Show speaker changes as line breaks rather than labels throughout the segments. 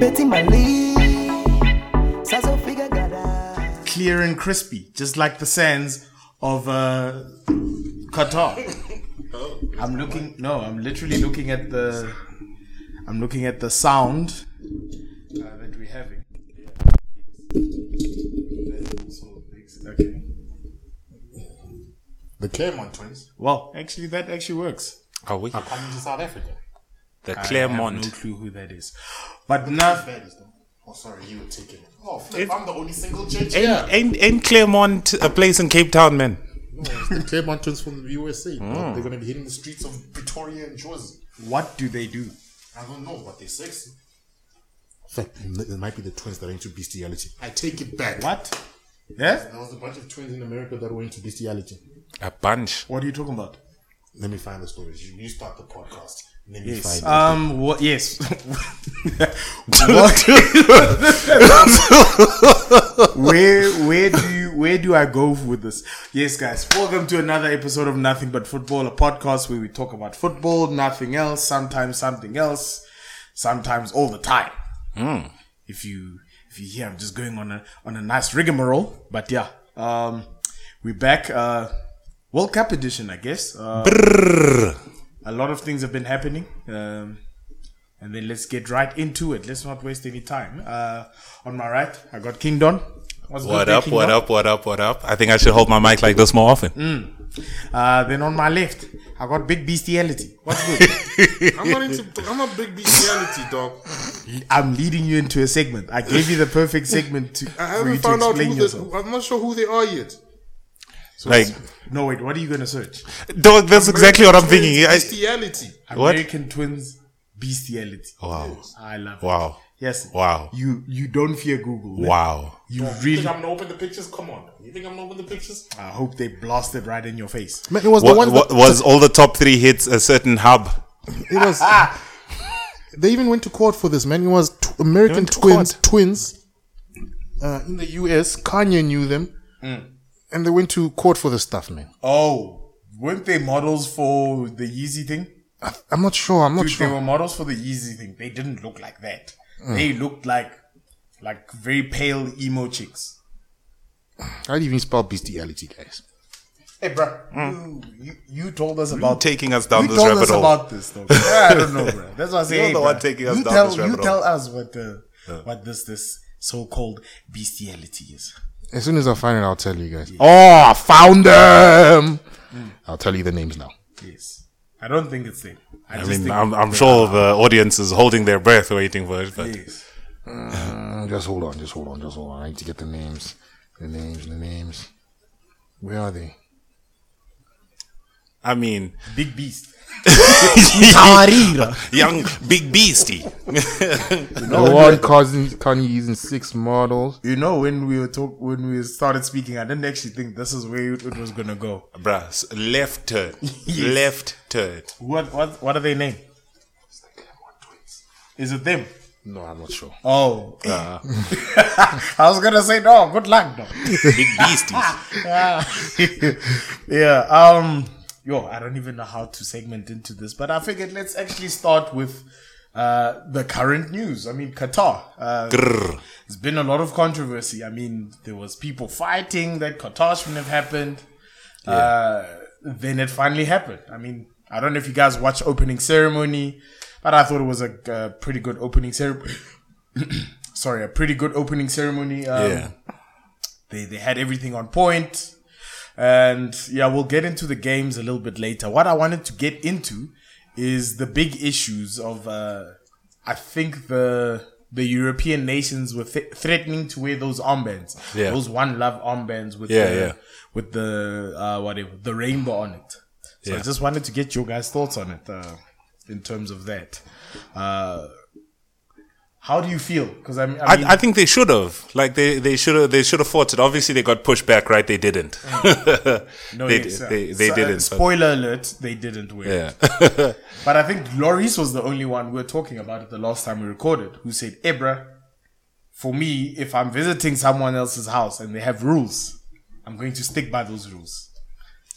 Betty Mali. Sazo Figa Gada.
Clear and crispy, just like the sands of uh, Qatar.
Oh.
I'm looking. No, I'm literally looking at the. I'm looking at the sound uh, that we're having. Okay.
The Claremont twins
Well, actually, that actually works.
Are Oh, we?
coming to South Africa.
The
I have
Claremont.
no clue who that is. But now,
That is the. Oh, sorry, you were taking it. Oh, flip, I'm the only single
Ain't,
judge here.
ain't, ain't Claremont a place in Cape Town, man?
the Claremont twins from the USA.
Hmm.
They're going to be hitting the streets of Pretoria and Jersey.
what do they do?
I don't know, but they're sexy. In fact, it might be the twins that are into bestiality. I take it back.
What? Yeah?
There was a bunch of twins in America that were into bestiality.
A bunch.
What are you talking about?
Let me find the stories. You, you start the podcast. Let me
Yes.
find
Uh,
Um. What? Yes. where Where do you Where do I go with this? Yes, guys. Welcome to another episode of Nothing But Football, a podcast where we talk about football, nothing else, sometimes something else, sometimes all the time. Hmm. If you If you hear, I'm just going on a on a nice rigmarole. But yeah, um, we're back. Uh, World Cup edition, I guess. Uh, a lot of things have been happening. Um, and then let's get right into it. Let's not waste any time. Uh, on my right, I got King Don. What's good
What
there,
up,
King
what
Don?
up, what up, what up? I think I should hold my mic like this more often.
Uh, then on my left, I got Big Bestiality. What's good?
it. I'm not into. I'm a big bestiality dog.
I'm leading you into a segment. I gave you the perfect segment to,
I
for you
haven't
to
found out
explain
who the,
yourself.
who- I'm not sure who they are yet.
like,
No, wait, what are you going to search?
dog, that's exactly what I'm thinking. I,
Bestiality.
What?
American Twins Bestiality.
wow.
I love it.
Wow.
Yes.
Wow.
You you don't fear Google. man.
Wow.
You
You
really.
think I'm gonna open the pictures? Come on. You think I'm gonna open the pictures?
I hope they blasted right in your face.
Man, it was
What, what, was all the top three hits a certain hub?
it was. they even went to court for this. Man, it was tw- American
went to
twins.
court.
Twins uh, in the U.S. Kanye knew them, and they went to court for this stuff, man.
Oh, weren't they models for the Yeezy thing?
I, I'm not sure. I'm not
Dude,
sure.
they were models for the Yeezy thing. They didn't look like that.
Mm.
They looked like like very pale emo chicks.
How do you even spell bestiality, guys?
Hey, bro, you, you you told us about
Mm. Taking us down
you
this
told
rabbit
us
hole.
about this though. I don't know, bro. That's what I say.
You're
hey,
the one
bruh,
taking us
you
down
tell,
this
You
rabbit
tell us what the what this this so called bestiality is.
As soon as I find it, I'll tell you guys. Oh, I found them. I'll tell you the names now.
Yes, I don't think it's them. I,
I
just
mean,
think
I'm, I'm sure the audience is holding their breath waiting for it, but
Yes.
Mm, Just hold on. Just hold on. Just hold on. I need to get the names. The names. The names. Where are they?
I mean,
Big beast.
young big beastie.
The one causing Kanye using six models.
You know, when we were talk, when we started speaking, I didn't actually think this is where it was gonna go.
Bruh, s- left turn. Left turn.
What what what are they named? Is it them?
No, I'm not sure.
Oh, I was gonna say no. Good luck, no.
Big beasties.
yeah. Um. Yo, I don't even know how to segment into this, but I figured let's actually start with uh the current news. I mean, Qatar. Uh,
Grr.
there's been a lot of controversy. I mean, there was people fighting that Qatar shouldn't have happened. Uh, then it finally happened. I mean, I don't know if you guys watched opening ceremony, but I thought it was a, uh pretty good opening ceremony. Sorry, a pretty good opening ceremony. Um,
yeah.
They they had everything on point, and yeah, we'll get into the games a little bit later. What I wanted to get into is the big issues of uh, I think the the European nations were th- threatening to wear those armbands,
Yeah.
those one love armbands with
Yeah,
the,
yeah.
with the uh, whatever the rainbow on it. So I
Yeah.
just wanted to get your guys' thoughts on it uh, in terms of that. Uh, how do you feel? Because I mean, I mean
I, I think they should have. Like they, they should have they should have fought it. Obviously they got pushed back, right? They didn't.
No,
they,
yes, uh,
they, they
so, uh,
didn't. but-
spoiler alert: they didn't win.
yeah.
But I think Loris was the only one we were talking about it the last time we recorded, who said, "Ebra, for me, if I'm visiting someone else's house and they have rules, I'm going to stick by those rules."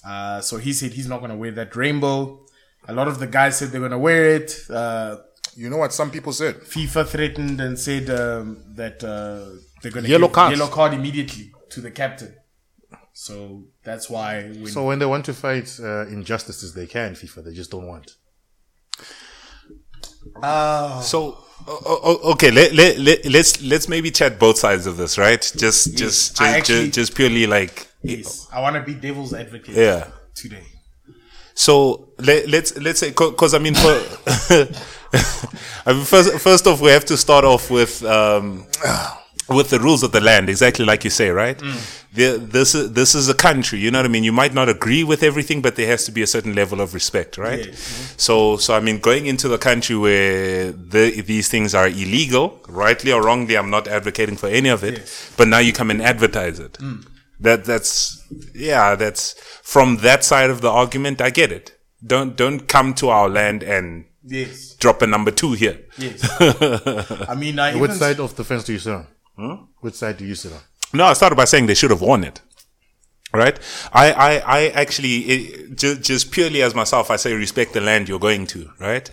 Uh, so he said he's not going to wear that rainbow. A lot of the guys said they're going to wear it. Uh,
You know what some people said?
FIFA threatened and said um, that uh, they're going to
Yellow
give
cards.
yellow card immediately to the captain. So that's why when
So when they want to fight uh, injustices, they can FIFA. They just don't want.
Oh.
So, o- o- o- okay, let, let, let, let's let's maybe chat both sides of this, right? Just just just,
I actually-
just, just purely like
yes, I want to be devil's advocate
Yeah.
today.
So let, let's let's say because I mean for I mean, first first off we have to start off with um, with the rules of the land exactly like you say right.
Mm.
The, this is this is a country you know what I mean. You might not agree with everything, but there has to be a certain level of respect, right?
Yes. mm-hmm.
So so I mean going into the country where the, these things are illegal, rightly or wrongly, I'm not advocating for any of it. But now you come and advertise it.
Mm.
That that's yeah, that's from that side of the argument. I get it. Don't don't come to our land and
Yes,
drop a number two here.
yes. I mean, I
Which
even
side of the fence do you sit on?
Hmm?
Which side do you sit on?
No, I started by saying they should have worn it. Right? I, I, I actually, it, just, just purely as myself, I say respect the land you're going to, right?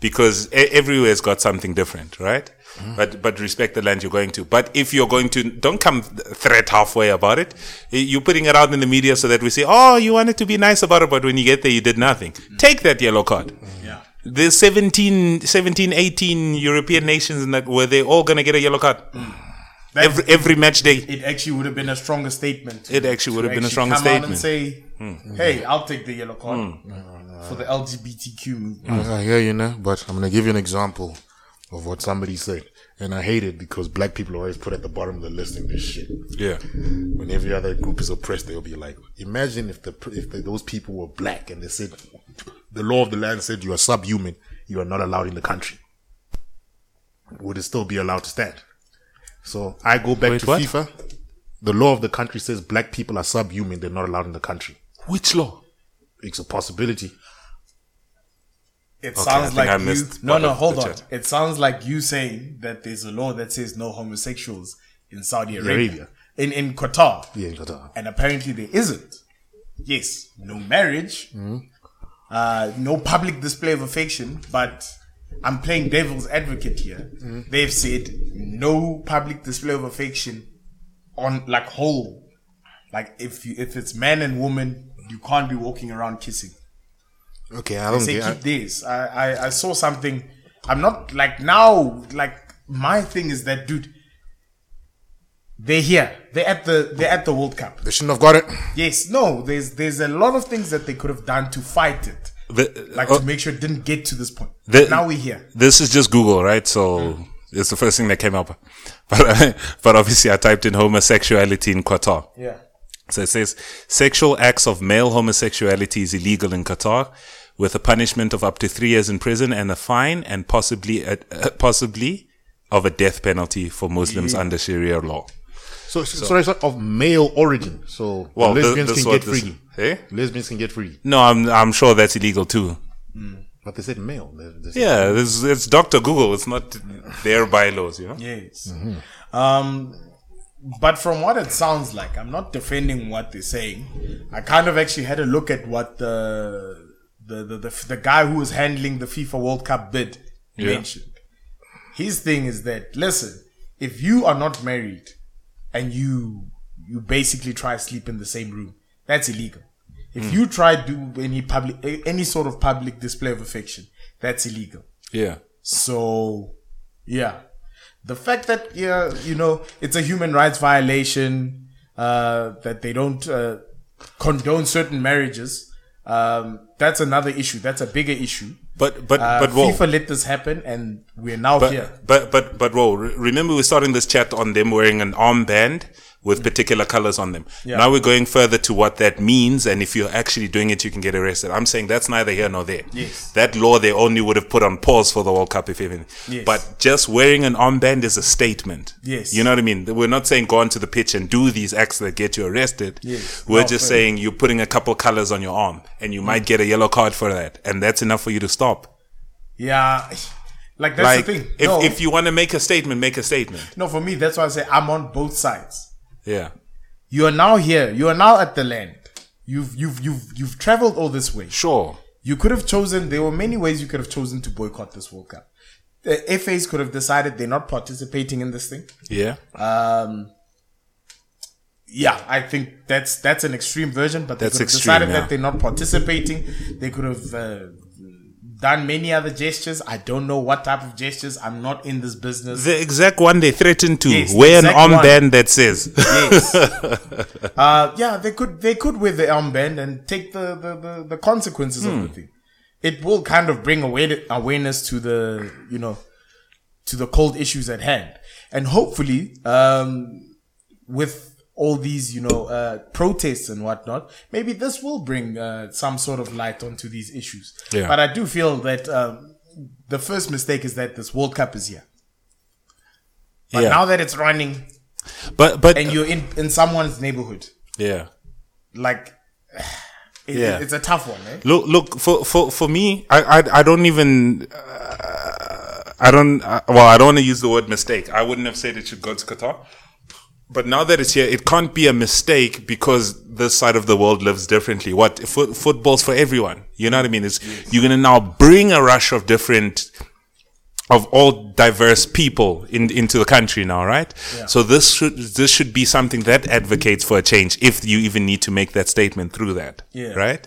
Because e- everywhere's got something different, right? But, but respect the land you're going to. But if you're going to, don't come th- threat halfway about it. Y- You're putting it out in the media so that we say, oh, you wanted to be nice about it, but when you get there, you did nothing. Take that yellow card.
yeah.
There's 17, 17, 18 European nations in that, were they all going to get a yellow card?
That-
Every, every match day.
it actually would have been a stronger statement.
It actually would
to
have been a
actually
stronger Hmm.
come out and say, "Hey, I'll take the yellow card for the LGBTQ
Hmm.
movement."
I hear you know, but I'm gonna give you an example of what somebody said, and I hate it because black people are always put at the bottom of the list in this shit.
Yeah.
When every other group is oppressed, they'll be like, imagine if the if the, those people were black and they said the law of the land said you are subhuman, you are not allowed in the country. Would it still be allowed to stand? So I go back
Wait,
to
what?
FIFA. The law of the country says black people are subhuman; they're not allowed in the country.
Which law?
It's a possibility.
It
I
sounds
think
like
I
you.
missed
No,
part
no,
of
hold
the
on.
chat.
It sounds like you saying that there's a law that says no homosexuals in Saudi Arabia,
Arabia.
in in Qatar,
Yeah, in Qatar.
and apparently there isn't. Yes, no marriage, uh, no public display of affection, but. I'm playing devil's advocate here. They've said no public display of affection on like whole like if you if it's man and woman you can't be walking around kissing
Okay, I don't
say
get. I-
keep this I, I i saw something i'm not like now like my thing is that dude they're here they're at the they're at the world cup
they shouldn't have got it.
yes no there's there's a lot of things that they could have done to fight it
The,
like
oh,
to make sure it didn't get to this point
The-
now we're here
this is just Google, right? So it's the first thing that came up. But, but obviously, I typed in homosexuality in Qatar.
yeah
So it says sexual acts of male homosexuality is illegal in Qatar, with a punishment of up to three years in prison and a fine, and possibly a, possibly of a death penalty for Muslims under Sharia law.
So, so, sorry, sorry, of male origin. So
Well, th-
lesbians
this
can
what
get
this-
free.
eh?
Lesbians can get free,
No, I'm I'm sure that's illegal too.
but they said male. They, they said-
Yeah, it's, it's Doctor Google. It's not their bylaws, you know.
Yes. Um, but from what it sounds like, I'm not defending what they're saying. I kind of actually had a look at what the the the, the, the guy who was handling the FIFA World Cup bid mentioned. His thing is that listen, if you are not married and you you basically try to sleep in the same room, that's illegal. If you try to do any public any sort of public display of affection, that's illegal.
Yeah.
So, yeah, the fact that yeah, you know, it's a human rights violation uh, that they don't uh, condone certain marriages. Um, that's another issue. That's a bigger issue.
But but
Uh,
but whoa.
FIFA let this happen, and we're now
but,
here.
but but but whoa! re- Remember, we're starting this chat on them wearing an armband with
Mm.
particular colors on them. Now we're going further to what that means, and if you're actually doing it, you can get arrested. I'm saying that's neither here nor there.
Yes.
That law they only would have put on pause for the World Cup, if even.
Yes.
But just wearing an armband is a statement.
Yes.
You know what I mean? We're not saying go onto the pitch and do these acts that get you arrested.
Yes.
We're
No,
just
fair. Mm.
saying you're putting a couple colors on your arm, and you might get a yellow card for that, and that's enough for you to stop.
Yeah, like that's
Like,
the thing.
if,
no,
if you want to make a statement, make a statement.
no, for me, that's why I say I'm on both sides.
Yeah.
You are now here. You are now at the land. You've you've you've you've traveled all this way.
Sure.
You could have chosen. There were many ways you could have chosen to boycott this World Cup. the FAs could have decided they're not participating in this thing.
Yeah.
Yeah, I think that's that's an extreme version, but they
That's
could have
extreme,
decided
yeah.
that they're not participating. They could have uh, done many other gestures. I don't know what type of gestures. I'm not in this business.
the exact one they threatened to
Yes, the
wear an
exact one.
armband that says
Yes. uh, yeah, they could they could wear the armband and take the the, the, the consequences
Hmm.
of the thing. It will kind of bring aware, awareness to the you know to the cold issues at hand, and hopefully um, with all these you know uh, protests and whatnot, maybe this will bring uh, some sort of light onto these issues.
Yeah.
But I do feel that um, the first mistake is that this World Cup is here. But
Yeah.
now that it's running
but but
and you're in, in someone's neighborhood,
yeah
like it,
Yeah.
it's a tough one eh?
look look for for for me i i, I don't even uh, i don't uh, well i don't want to use the word mistake i wouldn't have said it should go to qatar but now that it's here it can't be a mistake because this side of the world lives differently what foot football's for everyone you know what i mean it's you're gonna now bring a rush of different of all diverse people in, into the country now, right? So this should this should be something that advocates for a change, if you even need to make that statement through that,
Yeah.
right?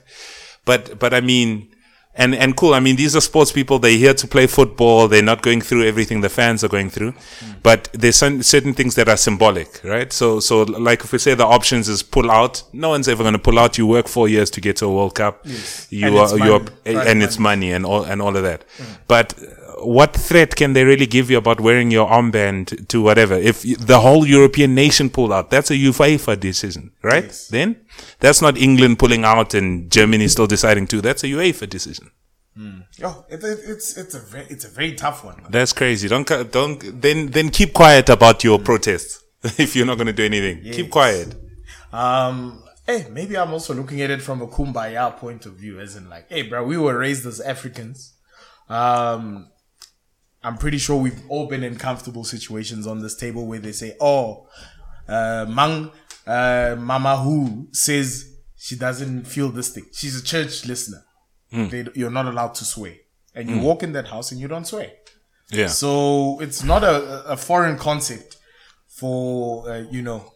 But but I mean, and and cool. I mean, these are sports people. They're here to play football. They're not going through everything the fans are going through.
Hmm.
But there's some, certain things that are symbolic, right? So so like if we say the options is pull out, no one's ever going to pull out. You work four years to get to a World Cup. You
And it's
are you are,
money.
and
Right,
it's money and all and all of that. But uh, what threat can they really give you about wearing your armband to whatever? If y- the whole European nation pull out, that's a UEFA decision, right? Then that's not England pulling out and Germany still deciding to. That's a UEFA decision.
Yo, it, it, it's it's a very, it's a very tough one man.
That's crazy. Don't ca- don't then then keep quiet about your protests if you're not going to do anything. Keep quiet.
um hey maybe i'm also looking at it from a kumbaya point of view as in like hey bro we were raised as africans um i'm pretty sure we've all been in comfortable situations on this table where they say oh uh mang uh mama who says she doesn't feel this thing she's a church listener they, you're not allowed to swear and you walk in that house and you don't swear
Yeah.
So it's not a, a foreign concept for uh, you know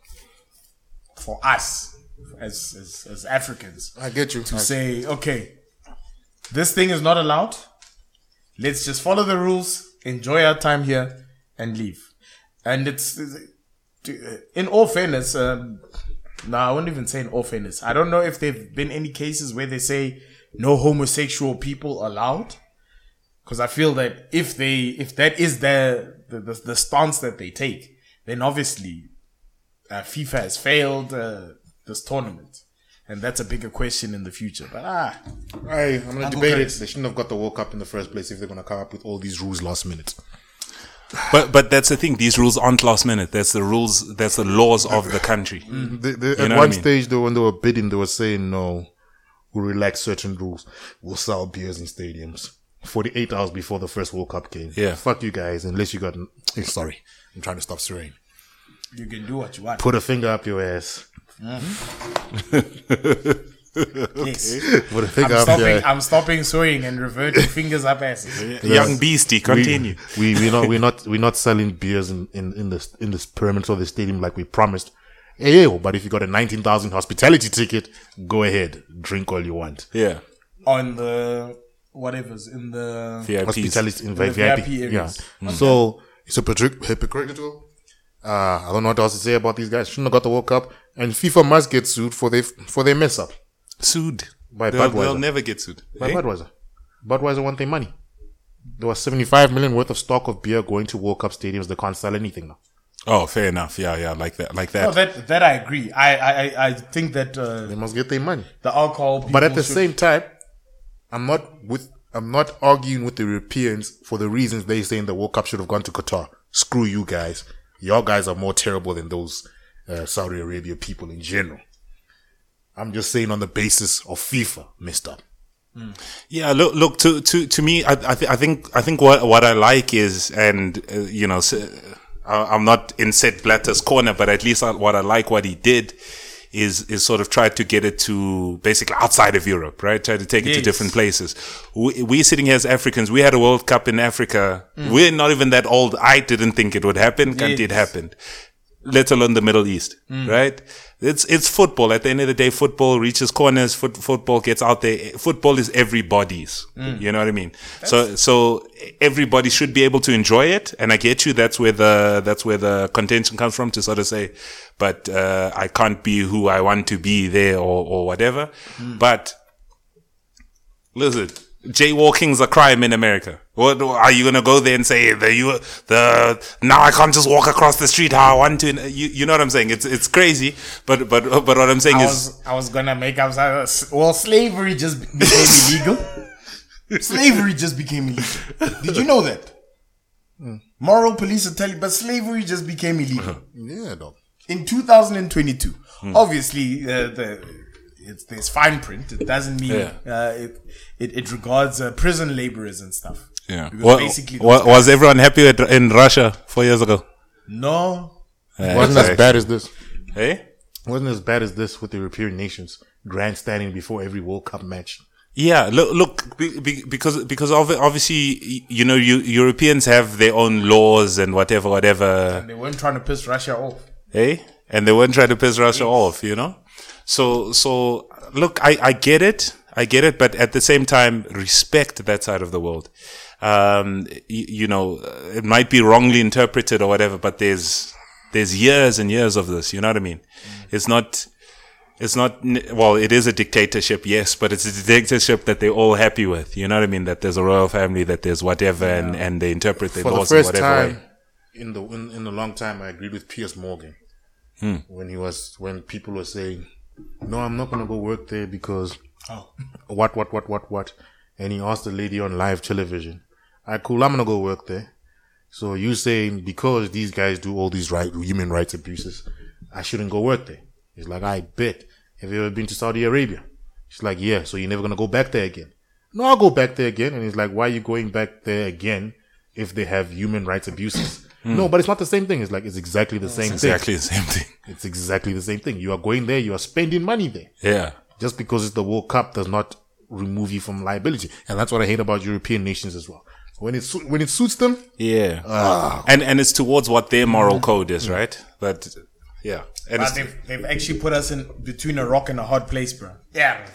for us as as, as Africans
I get you.
to say okay, this thing is not allowed. Let's just follow the rules, enjoy our time here, and leave. And it's in all fairness. Um, no, I wouldn't even say in all fairness. I don't know if there've been any cases where they say no homosexual people allowed because I feel that if they if that is their the, the, the stance that they take, then obviously uh, FIFA has failed uh, this tournament, and that's a bigger question in the future. But ah,
Hey, I'm gonna
Uncle
debate
Curtis.
it. They shouldn't have got the World Cup in the first place if they're gonna come up with all these rules last minute.
But but that's the thing. These rules aren't last minute. That's the rules. That's the laws of the country.
They, they,
know
at
what I
one
mean?
stage, though, when they were bidding, they were saying, no, we'll relax certain rules. We'll sell beers in stadiums. 48 hours before the first World Cup game.
Yeah.
Fuck you guys, unless you got. eh, Sorry. I'm trying to stop swearing.
you can do what you want.
Put a finger up your ass.
yes.
Put a
I'm
finger up your
stopping.
ass.
I'm stopping sewing and reverting fingers up asses.
Young beastie, continue.
We, we, we're, not, we're, not, we're not selling beers in, in, in, the, in the perimeter of the stadium like we promised. Hey, yo, but if you got a 19,000 hospitality ticket, go ahead. Drink all you want.
yeah.
on the whatever's in the
VIPs.
hospitality in
the
VIP,
VIP
yeah.
areas.
So it's a hypocr- hypocritical. Uh, I don't know what else to say about these guys. Shouldn't have got the World Cup, and FIFA must get sued for their for their mess up
sued.
By
they'll,
Budweiser.
they'll never get sued.
by
eh?
Budweiser. Budweiser want their money. There was seventy five million worth of stock of beer going to World Cup stadiums. They can't sell anything now.
Oh, fair enough. Yeah, yeah, like that, like that.
No, that that I agree. I I, I- I think that uh,
They must get their money.
the alcohol.
But at
people
the
should-
same time, I'm not with I'm not arguing with the Europeans for the reasons they saying the World Cup should have gone to Qatar. Screw you guys. Your guys are more terrible than those uh, Saudi Arabia people in general. I'm just saying on the basis of FIFA messed up.
yeah, look, look. To to to me, I I, th- I think I think what what I like is, and uh, you know, s- I, I'm not in Seth Blatter's corner, but at least I, what I like what he did is is sort of tried to get it to basically outside of Europe, right? Try to take it to
Yes.
different places. We, we're sitting here as Africans. We had a World Cup in Africa. We're not even that old. I didn't think it would happen. Can't
Yes.
it happened? Let alone the Middle East, right? It's it's football. At the end of the day, football reaches corners. Foot, football gets out there. Football is everybody's. You know what I mean? so so everybody should be able to enjoy it. And I get you. That's where the that's where the contention comes from to sort of say, but uh, I can't be who I want to be there or or whatever. But Listen, jaywalking's a crime in America. What are you gonna go there and say the you the now I can't just walk across the street how I want to? You, you know what I'm saying? It's it's crazy, but but but what I'm saying
I
is
was, I was gonna make up. some- Well, slavery just became illegal. slavery just became illegal. Did you know that?
Mm.
Moral police are telling, but slavery just became
Uh-huh.
illegal
Yeah, dog.
in 2022. Obviously, uh, the it's, there's fine print. It doesn't mean
Yeah.
uh, it, it it regards uh, prison laborers and stuff.
yeah.
Because
Wa-
basically,
wa-
those
was everyone happy at, in Russia four years ago?
no,
Yeah,
Wasn't
it's
as bad as this.
like- Hey,
wasn't as bad as this with the European nations grandstanding before every World Cup match.
yeah. Look, look, be, be, because because obvi- obviously y- you know you, Europeans have their own laws and whatever whatever.
they weren't trying to piss Russia off.
hey Eh? and they weren't trying to piss russia off you know so so look i i get it i get it but at the same time respect that side of the world um y- you know uh, it might be wrongly interpreted or whatever but there's there's years and years of this you know what i mean
Mm.
it's not it's not n- well it is a dictatorship yes but it's a dictatorship that they're all happy with you know what i mean that there's a royal family that there's whatever and and they interpret their
For the
laws in
first
whatever way
time in the in, in a long time, I agreed with Piers Morgan when he was when people were saying, "No, I'm not gonna go work there because
Oh,
what what what what what," and he asked the lady on live television, "I cool, I'm gonna go work there." So you saying because these guys do all these right human rights abuses, I shouldn't go work there? He's like, "I bet." Have you ever been to Saudi Arabia? She's like, "Yeah." So you're never gonna go back there again? No, I'll go back there again. And he's like, why are you going back there again if they have human rights abuses? no, but it's not the same thing. It's like, it's exactly the same
exactly the same thing
thing. It's exactly the same thing. You are going there, you are spending money there.
yeah
Just because it's the World Cup does not remove you from liability. And that's what I hate about European nations as well. When it, su- when it suits them,
Yeah.
Ah.
and and it's towards what their moral code is, right? But yeah. And
but
it's,
they've, they've actually put us in between a rock and a hard place, bro.
yeah.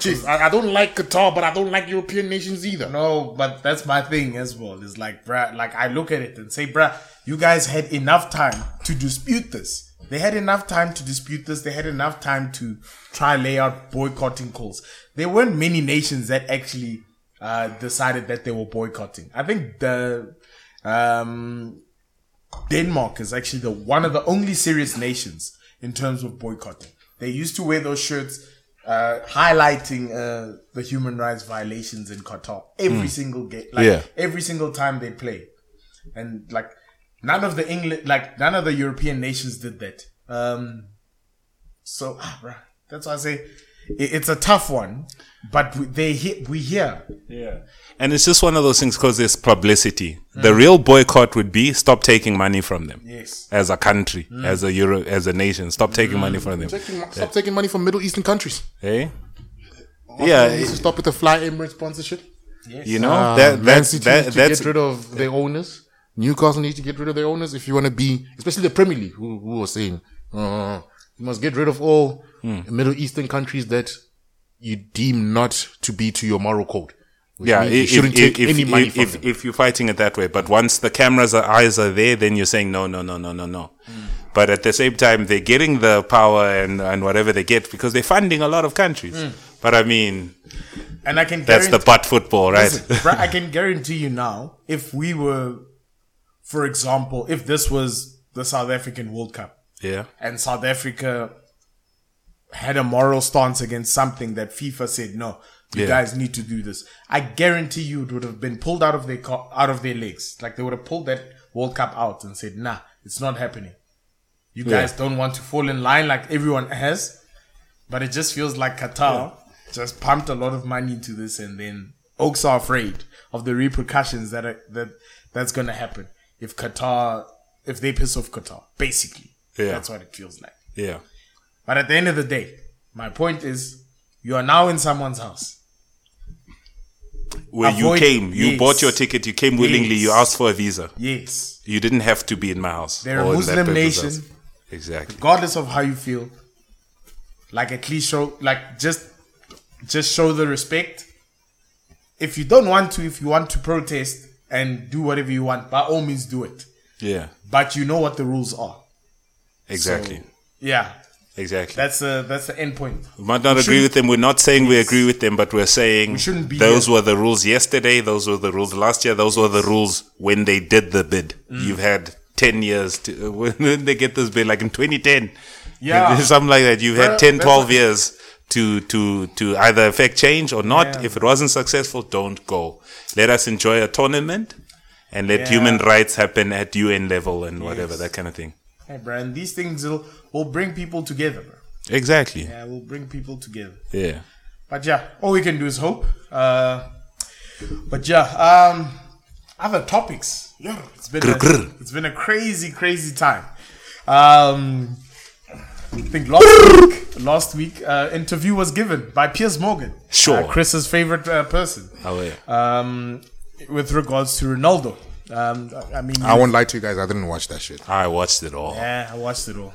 Jeez, I, I don't like Qatar, but I don't like European nations either.
No, but that's my thing as well. It's like, bruh, like I look at it and say, bruh, you guys had enough time to dispute this. They had enough time to dispute this. They had enough time to try lay out boycotting calls. There weren't many nations that actually uh, decided that they were boycotting. I think the um, Denmark is actually the one of the only serious nations in terms of boycotting. They used to wear those shirts uh, highlighting uh, the human rights violations in Qatar every single game, like
Hmm. Yeah.
every single time they play, and like none of the England, like none of the European nations did that. Um, so ah, bruh, that's why I say it, it's a tough one, but we, they he- we here.
and it's just one of those things because there's publicity.
Mm.
The real boycott would be stop taking money from them.
Yes.
As a country, as a Euro, as a nation, stop taking money from them.
Stop Mm. taking money from Middle Eastern countries.
Hey? Yeah,
You need to stop with the Fly Emirates sponsorship.
you know
Uh,
that
Man
that's
City
that,
needs
that's
to get rid of their owners. Newcastle needs to get rid of their owners if you want to be, especially the Premier League, who, who are saying uh, you must get rid of all Middle Eastern countries that you deem not to be to your moral code. Which
yeah.
means you
If,
shouldn't
if,
take
if,
any money
if,
from
if,
them.
if you're fighting it that way, but once the cameras are, eyes are there, then you're saying no, no, no, no, no, no. But at the same time, they're getting the power and and whatever they get because they're funding a lot of countries. But I mean,
And I can
That's the
guarantee-
butt football, right?
Listen, bruh, I can guarantee you now, if we were, for example, if this was the South African World Cup
yeah.
and South Africa had a moral stance against something that FIFA said, no, you
Yeah.
guys need to do this, I guarantee you it would have been pulled out of their co- out of their legs. Like they would have pulled that World Cup out and said, nah, it's not happening. You guys don't want to fall in line like everyone has, but it just feels like Qatar just pumped a lot of money into this, and then Oaks are afraid of the repercussions that are, that that's going to happen if Qatar if they piss off Qatar. Basically,
Yeah.
that's what it feels like.
Yeah.
But at the end of the day, my point is, you are now in someone's house.
Where
Avoid-
you came, you
yes.
bought your ticket, you came willingly, you
Yes.
asked for a visa.
Yes,
You didn't have to be in my house.
they're
or
a
in that
Muslim
person's
nation.
house. Exactly.
regardless of how you feel, like at least show like just just show the respect. If you don't want to, if you want to protest and do whatever you want, by all means do it.
Yeah.
But you know what the rules are.
Exactly.
Yeah.
exactly.
That's the that's the end point.
we might not agree with them. We're not saying we agree with them, but we're saying
shouldn't be
those
here.
were the rules yesterday. Those were the rules last year. Those were the rules when they did the bid.
Mm.
You've had ten years to when they get this bid, like in 2010,
Yeah.
something like that. You've had
Bruh,
10,
that's
12 years to to to either affect change or not.
Yeah.
If it wasn't successful, don't go. Let us enjoy a tournament. And let
Yeah.
human rights happen at UN level and whatever that kind of thing.
Hey Brian, these things will, will bring people together, bro.
Exactly.
Yeah, will bring people together.
yeah.
But yeah, all we can do is hope. Uh, but yeah, um, other topics. Yeah, it's been a,
Grr, grr.
it's been a crazy, crazy time. Um, I think last week, last week, uh, interview was given by Piers Morgan,
Sure.
uh, Chris's favorite uh, person,
Oh, yeah.
um, with regards to Ronaldo. Um, I mean,
I won't lie to you guys. I didn't watch that shit.
I watched it all.
yeah, I watched it all,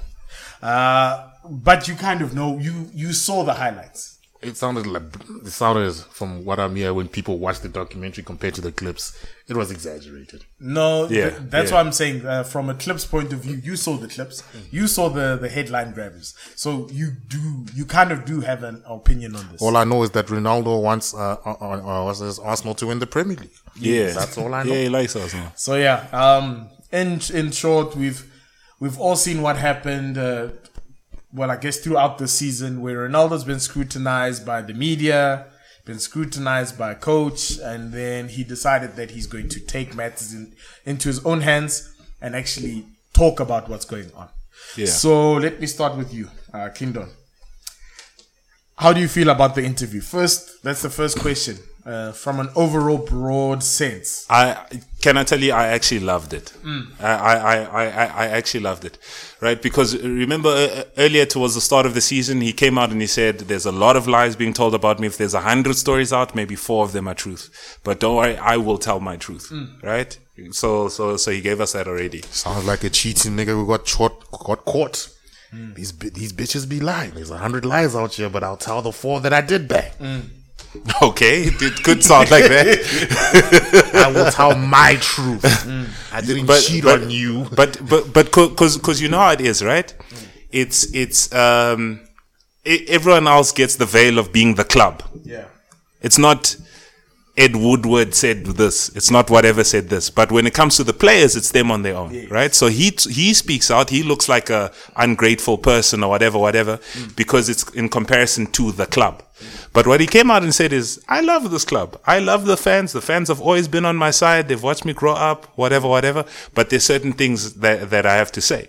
uh, but you kind of know you you saw the highlights.
It sounded like it sounded as from what I'm here when people watch the documentary compared to the clips. It was exaggerated.
No,
Yeah,
th- that's
yeah.
what I'm saying. Uh, from a clips point of view, you saw the clips, you saw the the headline grabbers, so you do you kind of do have an opinion on this.
All I know is that Ronaldo wants uh, uh, uh, uh, what's this, Arsenal to win the Premier League.
Yeah,
That's all I know.
Yeah, he likes Arsenal.
so yeah, um, in in short, we've we've all seen what happened. Uh, well, I guess throughout the season, where Ronaldo's been scrutinized by the media, been scrutinized by coach, and then he decided that he's going to take matters in, into his own hands and actually talk about what's going on.
Yeah.
So let me start with you, uh, Kindon. How do you feel about the interview? First, that's the first question. Uh, from an overall broad sense,
I can I tell you, I actually loved it.
Mm.
I, I, I, I, I actually loved it, right? Because remember uh, earlier towards the start of the season, he came out and he said, "There's a lot of lies being told about me. If there's a hundred stories out, maybe four of them are truth. But don't worry, I will tell my truth."
Mm.
Right? So, so, so he gave us that already.
Sounds like a cheating nigga who got caught. Got caught.
Hmm.
These bi- these bitches be lying. There's a hundred lies out here, but I'll tell the four that I did back.
Hmm. Okay, it could sound like that,
I will tell my truth. I didn't
Hmm. but
cheat
but-
on you.
but but but because because you know how it is, right? It's it's um, e- everyone else gets the veil of being the club.
yeah.
It's not Ed Woodward said this. It's not whatever said this. But when it comes to the players, it's them on their own, right? So he he speaks out. He looks like a ungrateful person or whatever, whatever, because it's in comparison to the club. But what he came out and said is, I love this club. I love the fans. The fans have always been on my side. They've watched me grow up, whatever, whatever. But there's certain things that that I have to say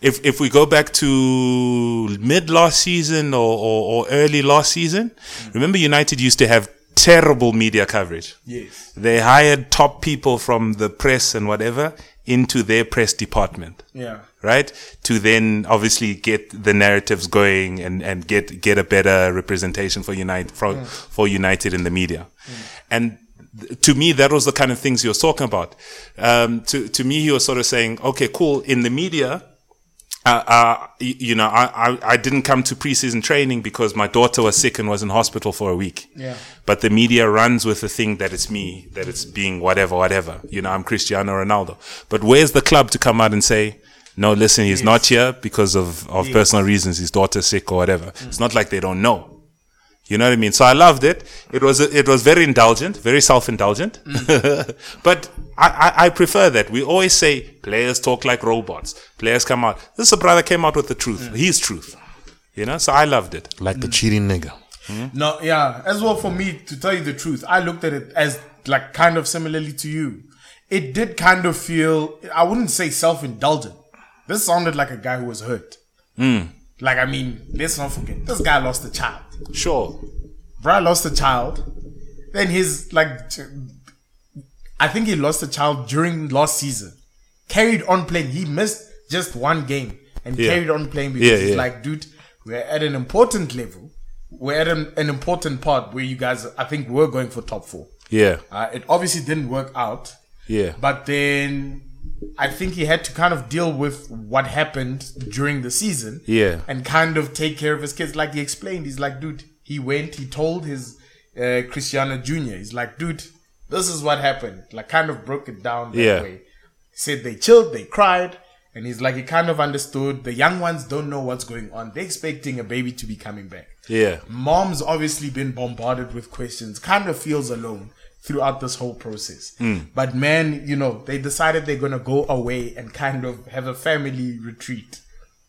if if we go back to mid last season or, or, or early last season,
Mm.
remember United used to have terrible media coverage.
Yes.
They hired top people from the press and whatever into their press department
Yeah.
right? To then obviously get the narratives going and, and get get a better representation for United for,
Mm.
for United in the media. And th- to me, that was the kind of things he was talking about. Um, to to me, he was sort of saying, okay, cool. In the media, uh, uh, y- you know, I, I I didn't come to preseason training because my daughter was sick and was in hospital for a week.
Yeah.
But the media runs with the thing that it's me, that it's being whatever, whatever. You know, I'm Cristiano Ronaldo. But where's the club to come out and say, no, listen, he's not here because of, of personal reasons, his daughter's sick or whatever. It's not like they don't know. You know what I mean? So I loved it. It was it was very indulgent, very self indulgent. but I, I, I prefer that. We always say players talk like robots. Players come out. This brother came out with the truth.
Mm.
His truth. You know, so I loved it.
Like the cheating nigga.
No, yeah. As well for me, to tell you the truth, I looked at it as like kind of similarly to you. It did kind of feel, I wouldn't say self indulgent. This sounded like a guy who was hurt. Like, I mean, let's not forget, this guy lost a child.
Sure.
Bruh lost a child. Then his, like, t- I think he lost a child during last season. Carried on playing. He missed just one game. and
Yeah.
carried on playing because
Yeah,
it's
yeah.
like, dude, we're at an important level. We're at an, an important part where you guys, I think, were going for top four.
Yeah.
Uh, it obviously didn't work out.
Yeah.
But then I think he had to kind of deal with what happened during the season.
Yeah.
And kind of take care of his kids. Like he explained, he's like, dude, he went, he told his uh, Cristiano Jr., he's like, dude, this is what happened. Like, kind of broke it down that
Yeah.
way. Said they chilled, they cried. And he's like, he kind of understood. The young ones don't know what's going on. They're expecting a baby to be coming back.
Yeah.
Mom's obviously been bombarded with questions, kind of feels alone throughout this whole process.
Hmm.
But man, you know, they decided they're going to go away and kind of have a family retreat.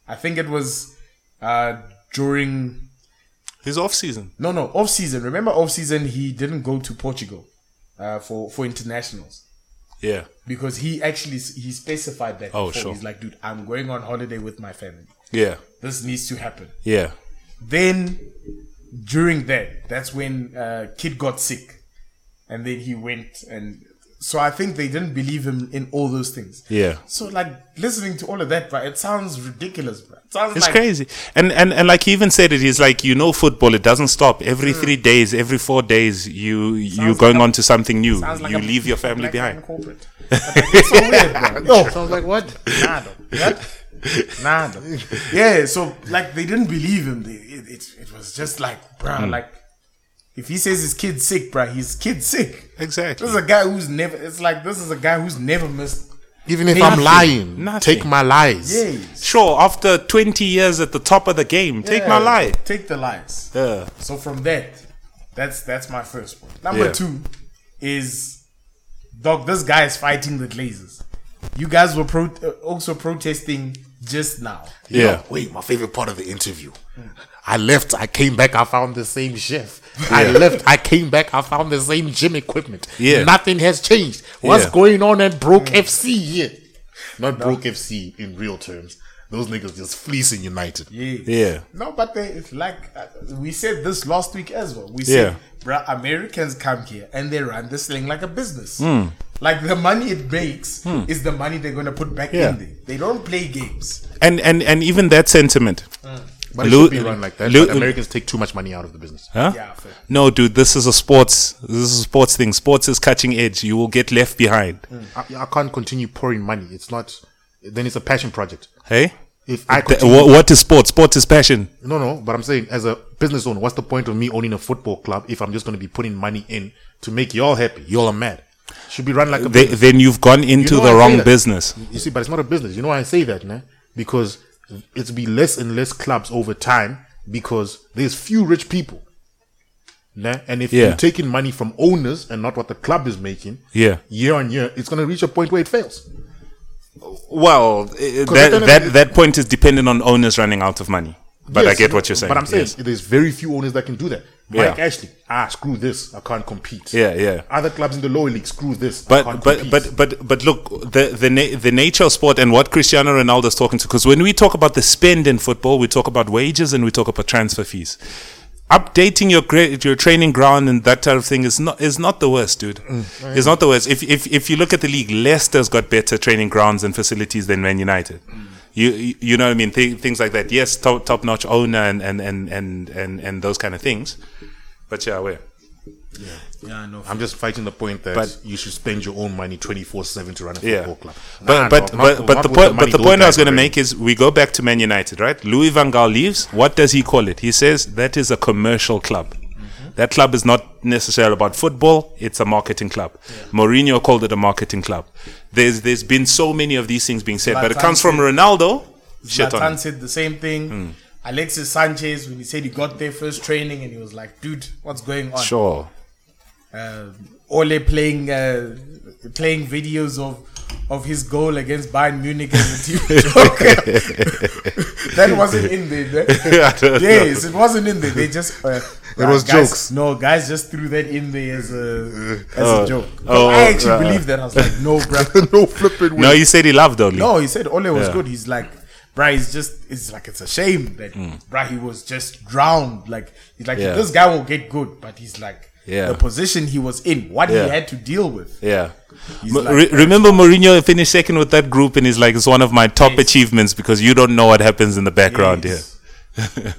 I think it was uh, during,
His off season.
no, no, off season. Remember, off season, he didn't go to Portugal uh, for, for internationals.
Yeah.
Because he actually he specified that.
Oh,
before.
sure.
He's like, dude, I'm going on holiday with my family.
Yeah.
This needs to happen.
Yeah.
then during that that's when uh, kid got sick and then he went and so i think they didn't believe him in all those things
Yeah.
so like listening to all of that but it sounds ridiculous bro. it sounds
It's
like
crazy. And, and and like he even said it, he's like, you know football, it doesn't stop. Every
Mm.
three days, every four days you you're going on to something new.
sounds like
you
a
leave your family
black
behind.
man corporate But, like, it's so weird, bro.
Oh. Sounds like what?
Nah, dog. What? Nah, dog. Yeah, so like they didn't believe him. They, it, it, it was just like, bruh,
Hmm.
like if he says his kid's sick, bruh, his kid's sick.
Exactly.
This is a guy who's never. It's like this is a guy who's never missed.
Even if
Nothing.
I'm lying,
Nothing.
take my lies.
Yes.
Sure, after 20 years at the top of the game, take my life.
Take the lies.
Yeah.
So from that, that's that's my first one. Number
Yeah.
two is, dog. This guy is fighting the Glazers. You guys were pro- uh, also protesting just now.
Yeah.
Wait, my favorite part of the interview. I left, I came back, I found the same chef. I left, I came back, I found the same gym equipment.
Yeah.
Nothing has changed. What's
Yeah.
going on at Broke FC here? Not Broke FC in real terms. Those niggas just fleecing United.
Yeah.
Yeah.
No, but they, it's like uh, we said this last week as well. We said, bruh, Americans come here and they run this thing like a business.
Hmm.
Like the money it makes is the money they're going to put back
Yeah.
in there. They don't play games.
And and and even that sentiment.
Uh, But it
Lu-
should be run like that.
Lu-
but Americans take too much money out of the business.
Huh?
Yeah, fair.
No, dude, this is a sports. This is a sports thing. Sports is cutting edge. You will get left behind.
I, I can't continue pouring money. It's not, then it's a passion project.
Hey,
If I
Th-
continue,
wha- what is sports? Sports is passion.
No, no, but I'm saying as a business owner, what's the point of me owning a football club if I'm just going to be putting money in to make y'all happy? Y'all are mad. Should be run like a
Th-
business.
then you've gone into
know
the
I say
wrong
that.
business.
You see, but it's not a business. You know why I say that, man? Because it's be less and less clubs over time because there's few rich people. Nah? And if
Yeah.
you're taking money from owners and not what the club is making,
Yeah.
year on year, it's going to reach a point where it fails.
Well,
at the
that
end of
that,
the-
that point is dependent on owners running out of money. But I
Yes,
get what you're saying.
But I'm saying
Yes.
there's very few owners that can do that. Mike
Yeah.
Ashley, ah, screw this, I can't compete.
Yeah, yeah.
Other clubs in the lower league, screw this. I
But
can't
but,
compete.
but but but look the the na- the nature of sport and what Cristiano Ronaldo is talking to because when we talk about the spend in football we talk about wages and we talk about transfer fees. Updating your gra- your training ground and that type of thing is not is not the worst, dude.
Mm.
It's not the worst. If, if if you look at the league, Leicester's got better training grounds and facilities than Man United.
Mm.
You you you know what I mean? Th- things like that. Yes, top top notch owner and and, and and and and those kind of things. But yeah, we're
Yeah, no.
I'm just fighting the point that
But-
you should spend your own money 24 7 to run a football
Yeah,
club. Nah,
but but
dog, not-
but, but
not
the
with
point
money
but the
those
point I
guys
was going to
are
make is we go back to Man United, right? Louis Van Gaal leaves. What does he call it? He says that is a commercial club. That club is not necessarily about football. It's a marketing club. Mourinho called it a marketing club. There's there's been so many of these things being said, but it
Zlatan
comes from
said-
Ronaldo. Shit on Hmm.
Zlatan
him.
said the same thing. Alexis Sanchez, when he said he got there first training and he was like, dude, what's going on?
sure.
Uh, Ole playing uh, playing videos of of his goal against Bayern Munich as a team joke. that wasn't in there.
I don't know.
Yes, it wasn't in there. They just uh, it
was
guys,
jokes.
No, guys just threw that in there as a as a joke.
oh,
I actually
right.
believe that. I was like, no, bro.
no flipping way.
No, he said he loved only.
No, he said Ole was
Yeah.
good. He's like, bruh, it's just, it's like, it's a shame that, bruh, he was just drowned. Like, he's like,
Hmm. Yeah.
this guy will get good, but he's like,
Yeah.
the position he was in, what
Yeah.
he had to deal with.
Yeah.
He's
Ma-
like
re- remember Mourinho finished second with that group and he's like it's one of my top achievements because you don't know what happens in the background here.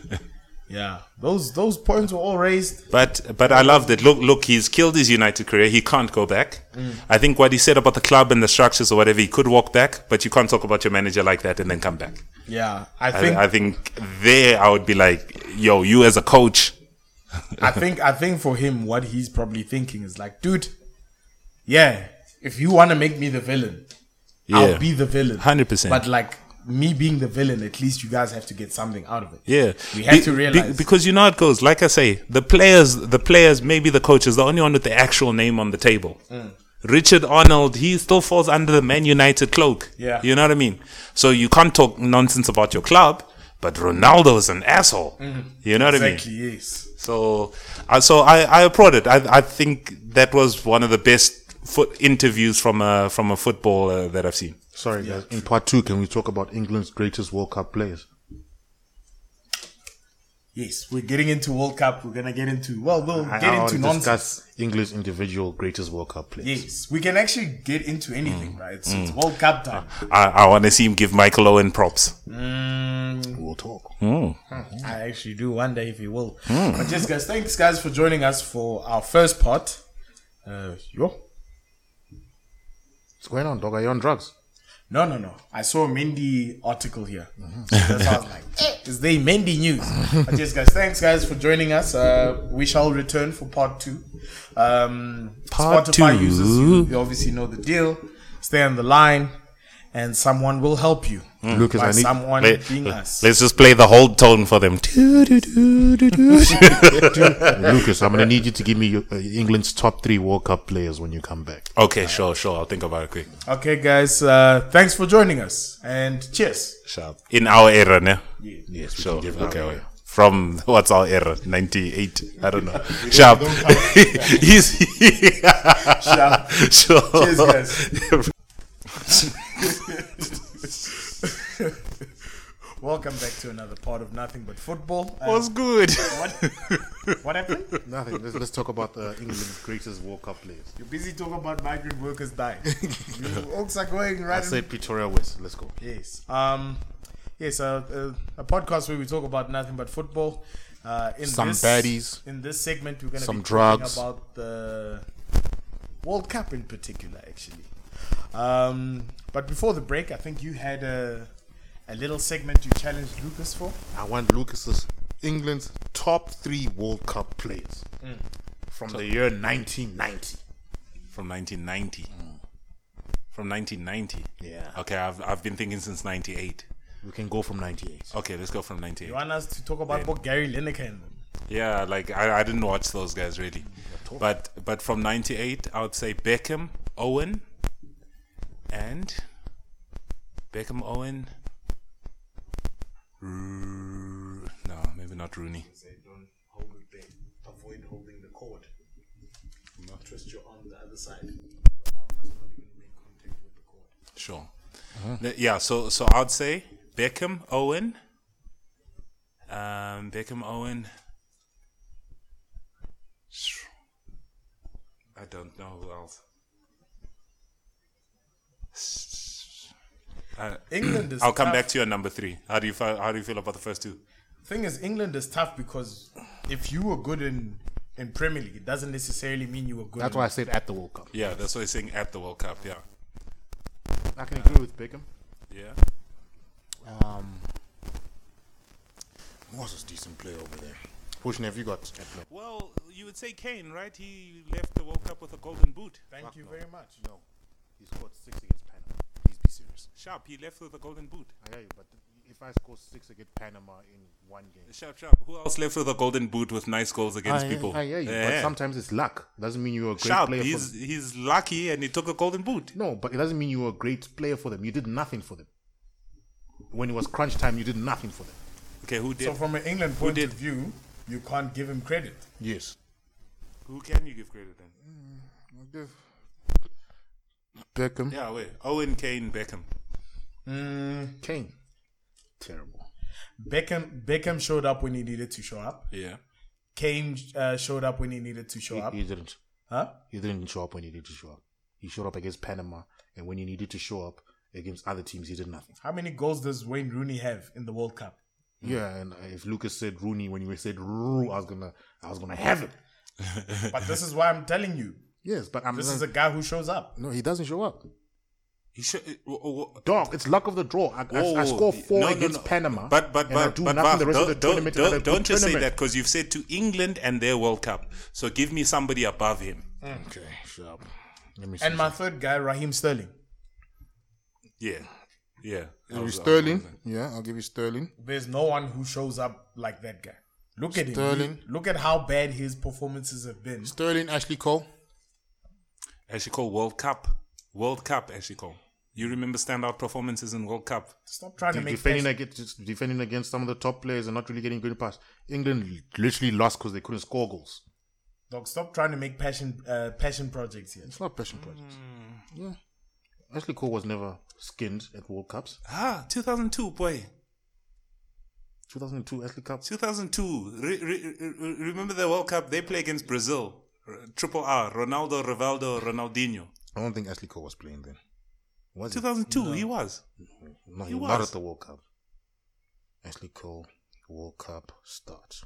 Yeah, those those points were all raised.
But but I love that. Look look, he's killed his United career. He can't go back.
Mm.
I think what he said about the club and the structures or whatever, he could walk back, but you can't talk about your manager like that and then come back.
Yeah, I
I
think
I think there I would be like, yo, you as a coach,
I think I think for him, what he's probably thinking is like, dude, yeah, if you want to make me the villain,
Yeah.
I'll be the villain,
100%.
But like me being the villain, at least you guys have to get something out of it.
Yeah,
we have to realize
because you know how it goes. Like I say, the players, the players, maybe the coach is the only one with the actual name on the table.
Mm.
Richard Arnold, he still falls under the Man United cloak.
Yeah.
you know what I mean. So you can't talk nonsense about your club, but Ronaldo is an asshole. You know what I mean.
Mm-hmm. exactly yes.
So, uh, so I, I applaud it. I, I think that was one of the best foot interviews from a from a footballer that I've seen.
Sorry, guys. In part two, can we talk about England's greatest World Cup players?
Yes, we're getting into World Cup. We're gonna get into well, we'll
I,
get
I
into
want to
nonsense.
discuss England's individual greatest World Cup players.
Yes, we can actually get into anything,
Mm.
right? It's, it's World Cup time.
I, I want to see him give Michael Owen props.
We'll talk.
Hmm?
I actually do wonder if he will. But yes, guys, thanks guys for joining us for our first part. Uh, yo,
What's going on, dog? Are you on drugs?
No, no, no. I saw a Mendy article here.
Mm-hmm.
So that's why I was like, eh, is they Mendy news? but yes, guys, thanks, guys, for joining us. Uh, we shall return for part two. Um,
Part
Spotify
two.
users, you, you obviously know the deal. Stay on the line, and someone will help you.
Mm. Lucas,
By
I need-
someone
Let,
being us.
us just play the whole tone for them.
Lucas, I'm going to need you to give me your, uh, England's top three World Cup players when you come back.
Okay, sure, sure. I'll think about it quick.
Okay, guys, uh, thanks for joining us, and cheers.
Sharp. In our era, ne?
Yes,
Sure. Okay. wait. From what's our era? 98. I don't know. Sharp. He's.
Sharp.
Sure.
Cheers, guys. Welcome back to another part of Nothing But Football. Uh,
was good.
what, what happened?
Nothing. Let's, let's talk about uh, England's greatest World Cup players.
You're busy talking about migrant workers dying. you oaks are going
I
right. in-
said Pretoria West. Let's go.
yes. Um. Yes. Uh, uh, a podcast where we talk about nothing but football. Uh, in
Some
this,
baddies.
In this segment, we're going to
Some
be
drugs.
talking about the World Cup in particular, actually. Um. But before the break, I think you had a a little segment you challenged Lucas for.
I want Lucas's England's top three World Cup players from the year 1990.
From 1990. From 1990.
Yeah.
Okay, I've, I've been thinking since 98.
We can go from 98.
Okay, let's go from 98.
You want us to talk about what Gary Lineker and them.
Yeah, like I, I didn't watch those guys really, but but from '98, I would say Beckham, Owen, and Beckham, Owen. Roo- No, maybe not Rooney.
Don't hold it back. Avoid holding the cord. Not twist your arm the other side. Your arm must not even make contact with the cord.
Sure. Th- Yeah, so so I'd say Beckham, Owen, um, Beckham, Owen. Sh- I don't know who else. I-
England is.
I'll come
tough.
back to your number three. How do you feel, how do you feel about the first two?
thing is England is tough because if you were good in in Premier League, it doesn't necessarily mean you were good.
That's
in,
why I said at the World Cup.
Yeah, that's what he's saying at the World Cup. Yeah,
I can agree with Beckham.
yeah.
What's this decent player over there? Pushing, have you got?
Well, you would say Kane, right? He left the World Cup with a golden boot.
Thank you very much.
No. He scored six against Panama. Please be serious.
Sharp, he left with a golden boot.
I hear you, but if I score six against Panama in one game.
Sharp, sharp. Who else left with a golden boot with nice goals against
I,
people?
I hear you, but
Yeah.
sometimes it's luck. Doesn't mean you're a great
Sharp,
player. for
he's he's lucky and he took a golden boot.
No, but it doesn't mean you were a great player for them. You did nothing for them. When it was crunch time, you did nothing for them.
Okay, who did?
So from an England point
did?
of view, you can't give him credit.
Yes.
who can you give credit then?
Beckham.
Yeah, wait. Owen, Kane, Beckham.
Kane. Terrible.
Beckham Beckham showed up when he needed to show up.
Yeah.
Kane uh, showed up when he needed to show up.
He didn't.
Huh?
He didn't show up when he needed to show up. He showed up against Panama, and when he needed to show up against other teams, he did nothing.
How many goals does Wayne Rooney have in the World Cup?
Mm.
Yeah, and if Lucas said Rooney when you said Roo, I was gonna, I was gonna have him.
But this is why I'm telling you.
Yes, but I'm.
This is a guy who shows up.
no, he doesn't show up.
He should. uh, w- w-
Dog, it's luck of the draw. I, I- I,
Whoa,
score four
Oh, no, no,
against
no.
Panama,
But but
and
but,
I do
but
nothing the
Baf,
rest of the
don't,
tournament.
Don't,
and I
don't,
do
don't just say that
tournament.
because you've said to England and their World Cup. So give me somebody above him.
Mm. Okay, shut up. Let me see.
And my third guy, Raheem Sterling.
Yeah, yeah. That
Give you
was-
Sterling. Yeah, I'll give you Sterling.
There's no one who shows up like that guy. Look at him.
Sterling.
He- Look at how bad his performances have been.
Sterling, Ashley Cole.
As you call World Cup, World Cup. As you call. You remember standout performances in World Cup?
Stop trying to make
defending
sense.
against just defending against some of the top players and not really getting good pass. England literally lost because they couldn't score goals.
Dog, stop trying to make passion uh, passion projects here.
It's not passion projects. Yeah, Ashley Cole was never skinned at World Cups.
Ah, 2002, boy.
2002 Ashley Cup.
2002. Re- re- re- remember the World Cup? They play against Brazil. R- Triple R. Ronaldo, Rivaldo, Ronaldinho.
I don't think Ashley Cole was playing then. Was he?
2002, he was.
No, he,
He
was not
was.
at the World Cup. Ashley Cole World Cup start.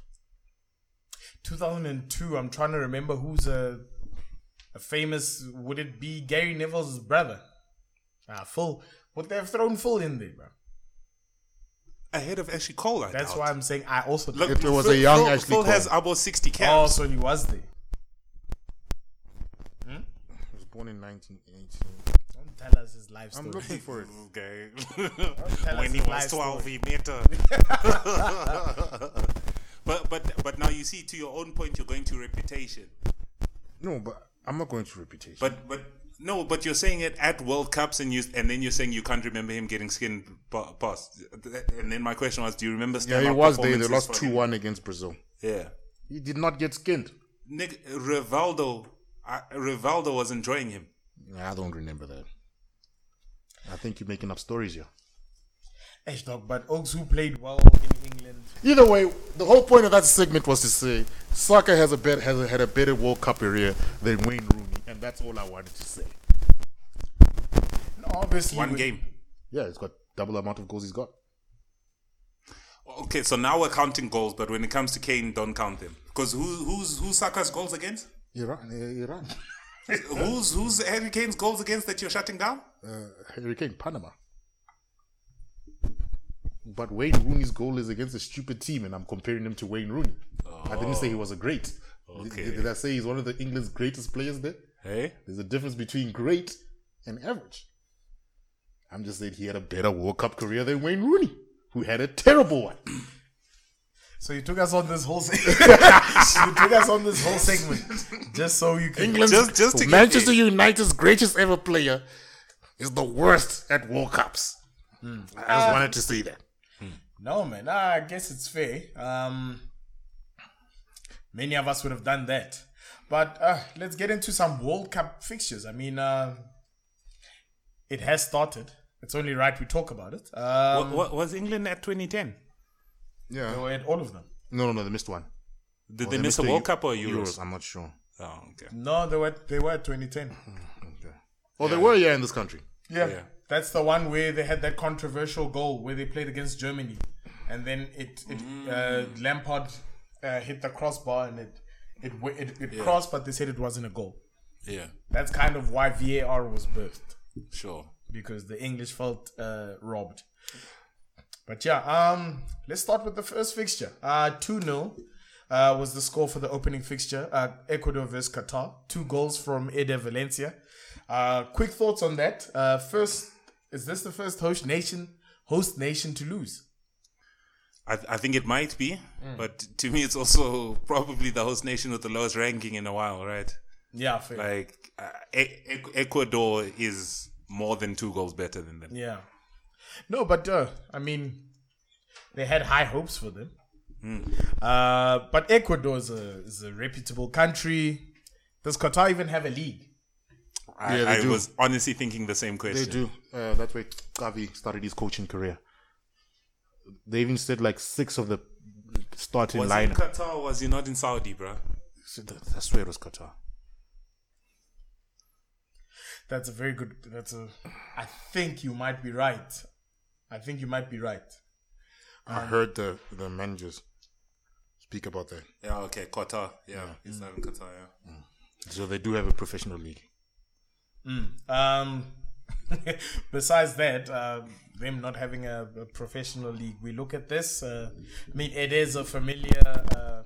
2002. I'm trying to remember who's a, a famous. Would it be Gary Neville's brother? Ah, Phil. Would they have thrown Phil in there, bro?
Ahead of Ashley Cole, I
That's
doubt.
why I'm saying I also.
Look,
It was a young
Phil,
Ashley
Phil has
Cole.
about 60 caps.
oh, so he was there.
He was born in 1980.
Don't tell us his life story.
I'm looking for it.
Okay.
tell us
when he
his
was
life
twelve, he met her. but but but now you see, to your own point, you're going to reputation.
No, but I'm not going to reputation.
But but no, but you're saying it at World Cups, and you and then you're saying you can't remember him getting skinned pa- past. And then my question was, do you remember?
yeah, he
standout
was there. They
performances
lost
for
two
him?
one against Brazil.
Yeah,
He did not get skinned.
Nick Rivaldo. I Rivaldo was enjoying him.
I don't remember that. I think you're making up stories here.
Ash dog, but Oaks who played well in England.
Either way, the whole point of that segment was to say soccer has a bet has a, had a better World Cup career than Wayne Rooney, and that's all I wanted to say.
No, obviously,
One
we-
game.
Yeah, it's got double the amount of goals he's got.
Okay, so now we're counting goals, but when it comes to Kane, don't count them because who who's who's Saka's goals against?
Iran, eh, Iran,
who's who's Harry Kane's goals against that you're shutting down?
uh, Hurricane Panama. But Wayne Rooney's goal is against a stupid team, and I'm comparing him to Wayne Rooney. I didn't say he was a great. Did-
Okay.
Did, I say he's one of the England's greatest players? There,
Hey,
there's a difference between great and average. I'm just saying he had a better World Cup career than Wayne Rooney, who had a terrible one.
So you took us on this whole segment. you took us on this whole segment just so you can.
England's
Just- just to get
Manchester
paid.
United's greatest ever player is the worst at World Cups. I just wanted to say that.
No, man. ah, I guess it's fair. Um, many of us would have done that, but uh, let's get into some World Cup fixtures. I mean, uh, it has started. It's only right we talk about it. Um,
was England at 2010?
they were at all of them.
No, no, no, they missed one.
Did
Or
they miss a
missed
World
Eu-
Cup or Euros?
I'm not sure.
Oh, okay.
No, they were they were at 2010.
Okay. Oh, they were yeah in this country.
Yeah.
Yeah.
That's the one where they had that controversial goal where they played against Germany, and then it it
Mm.
uh, Lampard uh, hit the crossbar and it it w- it, it crossed, but they said it wasn't a goal.
Yeah,
That's kind of why VAR was birthed
sure.
because the English felt uh, robbed. But yeah, um, let's start with the first fixture. Uh, 2 0 uh, was the score for the opening fixture. Uh, Ecuador versus Qatar. Two goals from Eder Valencia. Uh, quick thoughts on that. Uh, first, is this the first host nation host nation to lose?
I, I think it might be, but to me, it's also probably the host nation with the lowest ranking in a while, right?
Yeah, fair.
Like uh, E- E- Ecuador is more than two goals better than them.
yeah. No, but uh, I mean, they had high hopes for them. Uh, but Ecuador is a, is a reputable country. Does Qatar even have a league?
I,
Yeah, they
I
do.
was honestly thinking the same
They
question.
do. Uh, that's where Gavi started his coaching career. They even said like six of the
starting
Was
lineup.
he in Qatar or was he not in Saudi, bro?
So th- I swear it was Qatar.
That's a very good. That's a. I think you might be right. I think you might be right.
I heard the, the managers speak about that.
Yeah, okay, Qatar. Yeah, he's not in Qatar, yeah.
So they do have a professional league.
Um, besides that, uh, them not having a, a professional league, we look at this. Uh, I mean, it is a familiar, uh,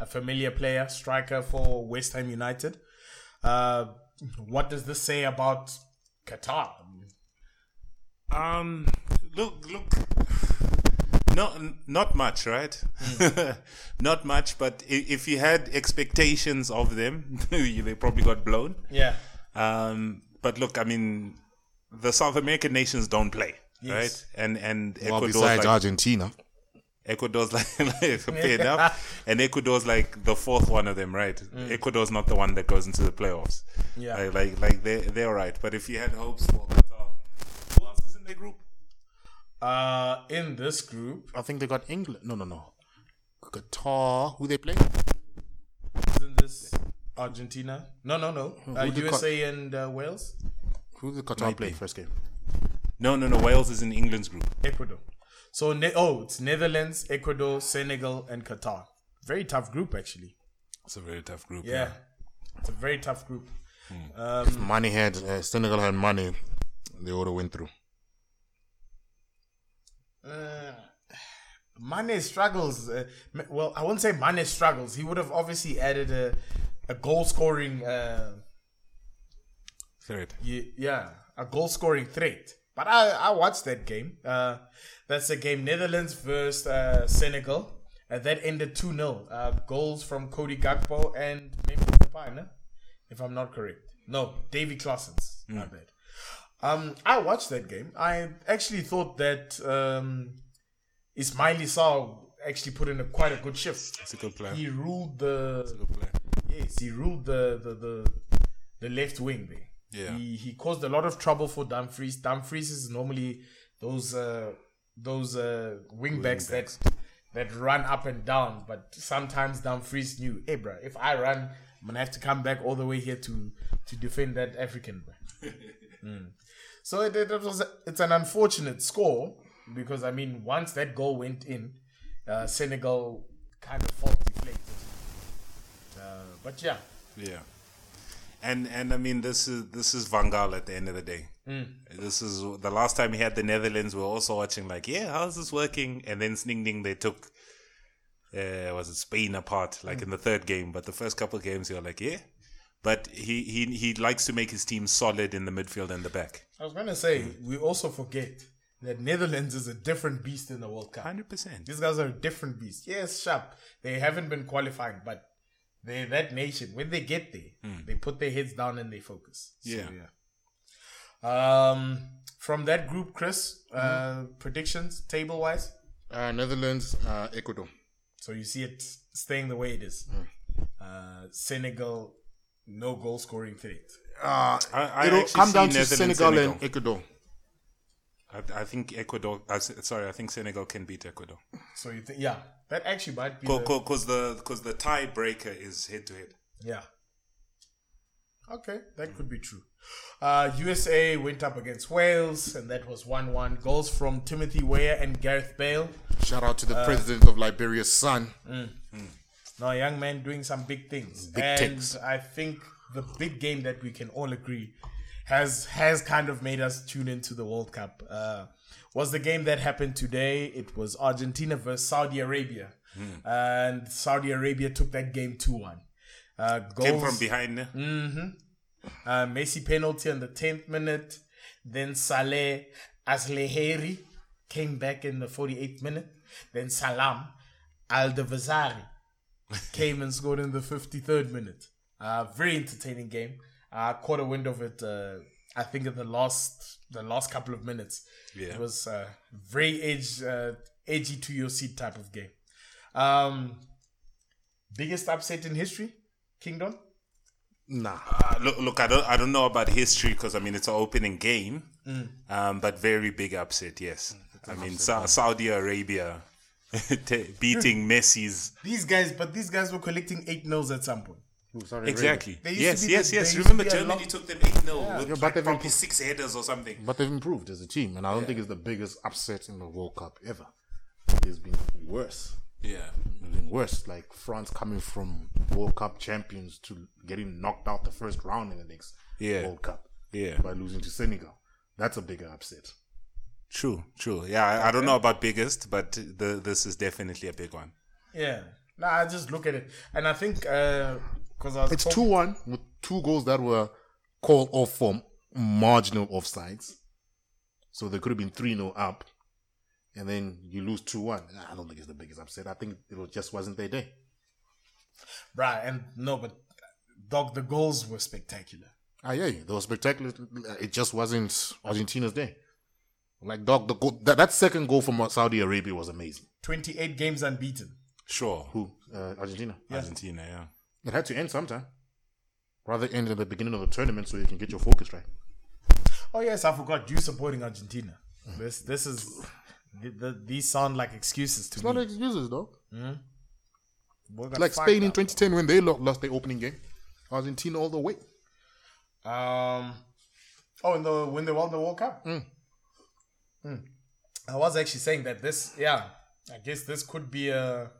a familiar player, striker for West Ham United. Uh, what does this say about Qatar?
Um, look, look, no, n- not much, right? not much, but i- if you had expectations of them, you- they probably got blown.
Yeah,
Um, but look, I mean, the South American nations don't play,
Yes.
right? And and
Well,
Ecuador's
besides
like,
Argentina,
Ecuador's like, like paid up, and Ecuador's like the fourth one of them, right?
Mm.
Ecuador's not the one that goes into the playoffs.
Yeah.
like like, like they they're right. But if you had hopes for Qatar, who else is in the group?
uh, in this group,
I think they got England. No, no, no. Qatar, who they play?
isn't this Argentina? No, no, no. Uh,
Who did
USA and uh, Wales,
Who did Qatar play first game?
No, no, no. Wales is in England's group.
Ecuador. So ne- oh, it's Netherlands, Ecuador, Senegal, and Qatar. Very tough group, actually.
It's a very tough group.
Yeah, it's a very tough group.
Money had uh, Senegal had money. They would have went through.
Mane struggles. Uh, m- well, I wouldn't say Mane struggles. He would have obviously added a, a goal scoring. Uh,
Third.
y- yeah, a goal scoring threat. But I, I watched that game. Uh, that's the game Netherlands versus uh, Senegal. Uh, that ended 2 0. Uh, goals from Cody Gakpo and maybe Depay, no? if I'm not correct. No, Davy Claessens. My bad. Um, I watched that game. I actually thought that um, Ismaili Sarr actually put in a, quite a good shift.
It's a good plan.
He ruled the Yes, he ruled the the the, the left wing there.
Yeah.
He he caused a lot of trouble for Dumfries. Dumfries is normally those uh those uh wing backs that that run up and down, but sometimes Dumfries knew, hey bruh, if I run, I'm gonna have to come back all the way here to to defend that African bruh." Hmm. So it, it was it's an unfortunate score because I mean once that goal went in, uh, Senegal kind of felt deflated. Uh, but yeah,
Yeah. And and I mean this is this is Van Gaal at the end of the day.
Mm.
This is the last time he had the Netherlands. We were also watching like, yeah, how's this working? And then sning ding, they took uh, was it Spain apart like in the third game. But the first couple games, you're like, yeah. But he, he he likes to make his team solid in the midfield and the back.
I was gonna say we also forget that Netherlands is a different beast in the World Cup.
Hundred percent.
These guys are a different beast. Yes, sharp. They haven't been qualifying, but they're that nation. When they get there, they put their heads down and they focus. So,
Yeah.
yeah. Um, from that group, Chris, uh, predictions table wise.
Uh, Netherlands, uh, Ecuador.
So you see it staying the way it is. Uh, Senegal, no goal scoring threat.
Uh,
I, I
it'll
actually
come
see
down to
Netherlands,
Senegal, and Ecuador.
I, I think Ecuador. I, s- sorry, I think Senegal can beat Ecuador
So you think, yeah, that actually might be. the-
because the because the tiebreaker is head to head.
Yeah. Okay, that could be true. Uh, USA went up against Wales, and that was 1 1. Goals from Timothy Weah and Gareth Bale.
Shout out to the president of Liberia's son.
Now, a young man doing some big things.
Big
and
takes.
I think the big game that we can all agree has has kind of made us tune into the World Cup uh, was the game that happened today. It was Argentina versus Saudi Arabia. And Saudi Arabia took that game 2 1. Uh,
Came
goals- Mm.
from behind. eh? ne?
Uh, Messi penalty on the 10th minute. Then Saleh Asleheri came back in the 48th minute. Then Salam Aldavazari came and scored in the 53rd minute. Uh, very entertaining game. I caught a wind of it. Uh, I think in the last the last couple of minutes.
Yeah.
It was uh, very edge uh, edgy to your seat type of game. Um, biggest upset in history, Kingdom.
Nah.
Uh, look, look, I don't, I don't know about history because I mean it's an opening
Mm.
game, um, but very big upset. Yes, I mean Sa- Saudi Arabia Te- beating
Mm.
Messi's.
These guys, but these guys were collecting eight nils at some point.
Ooh, sorry,
Exactly.
They used
Yes,
to be
yes,
the-
yes.
they used
Remember
to be a
Germany
lot-
took them 8 0 with
Yeah,
like
but they've
probably
improved.
six headers or something.
But they've improved as a team, and I don't think it's the biggest upset in the World Cup ever. It's been worse.
Yeah.
It's been worse. Like France coming from World Cup champions to getting knocked out the first round in the next
Yeah.
World Cup
Yeah.
by losing to Senegal. That's a bigger upset.
True, true. Yeah, I, I don't know about biggest, but the, this is definitely a big one.
Yeah. Nah, I just look at it, and I think because I was
It's
talk-
2 1 with two goals that were called off from marginal offsides. So they could have been 3 0 up. And then you lose 2 1. I don't think it's the biggest upset. I think it was- just wasn't their day.
Bruh, and no, but dog, the goals were spectacular.
I hear you. Ah, They were spectacular. It just wasn't Argentina's day. Like, dog, the goal, that, that second goal from Saudi Arabia was amazing.
Twenty-eight games unbeaten.
Sure.
Who? Uh, Argentina.
Argentina, yeah.
It had to end sometime. Rather end at the beginning of the tournament so you can get your focus right.
Oh yes, I forgot you supporting Argentina. This this is th th these sound like excuses to
It's not
me.
excuses, dog.
Boy got
Like
fired
Spain in
up.
2010 when they lo- lost their opening game. Argentina all the way.
Um, oh, in the when they won the World Cup. Mm. I was actually saying that this, yeah, I guess this could be a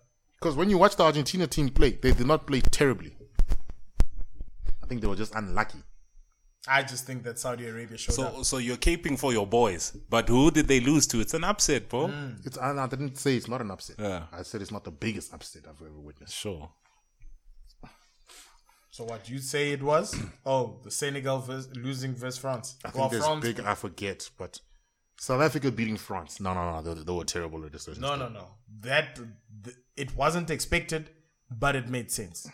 Because when you watch the Argentina team play, they did not play terribly. I think they were just unlucky.
I just think that Saudi Arabia showed up.
So, so you're caping for your boys, but who did they lose to? It's an upset, bro.
Mm.
It's I I didn't say it's not an upset.
Yeah.
I said it's not the biggest upset I've ever witnessed.
Sure.
So what you say it was? Oh, the Senegal vers losing versus France.
I think there's big. I forget, but South Africa beating France. No, no, no. They, they were terrible at decisions.
No, no, no. That th- it wasn't expected, but it made sense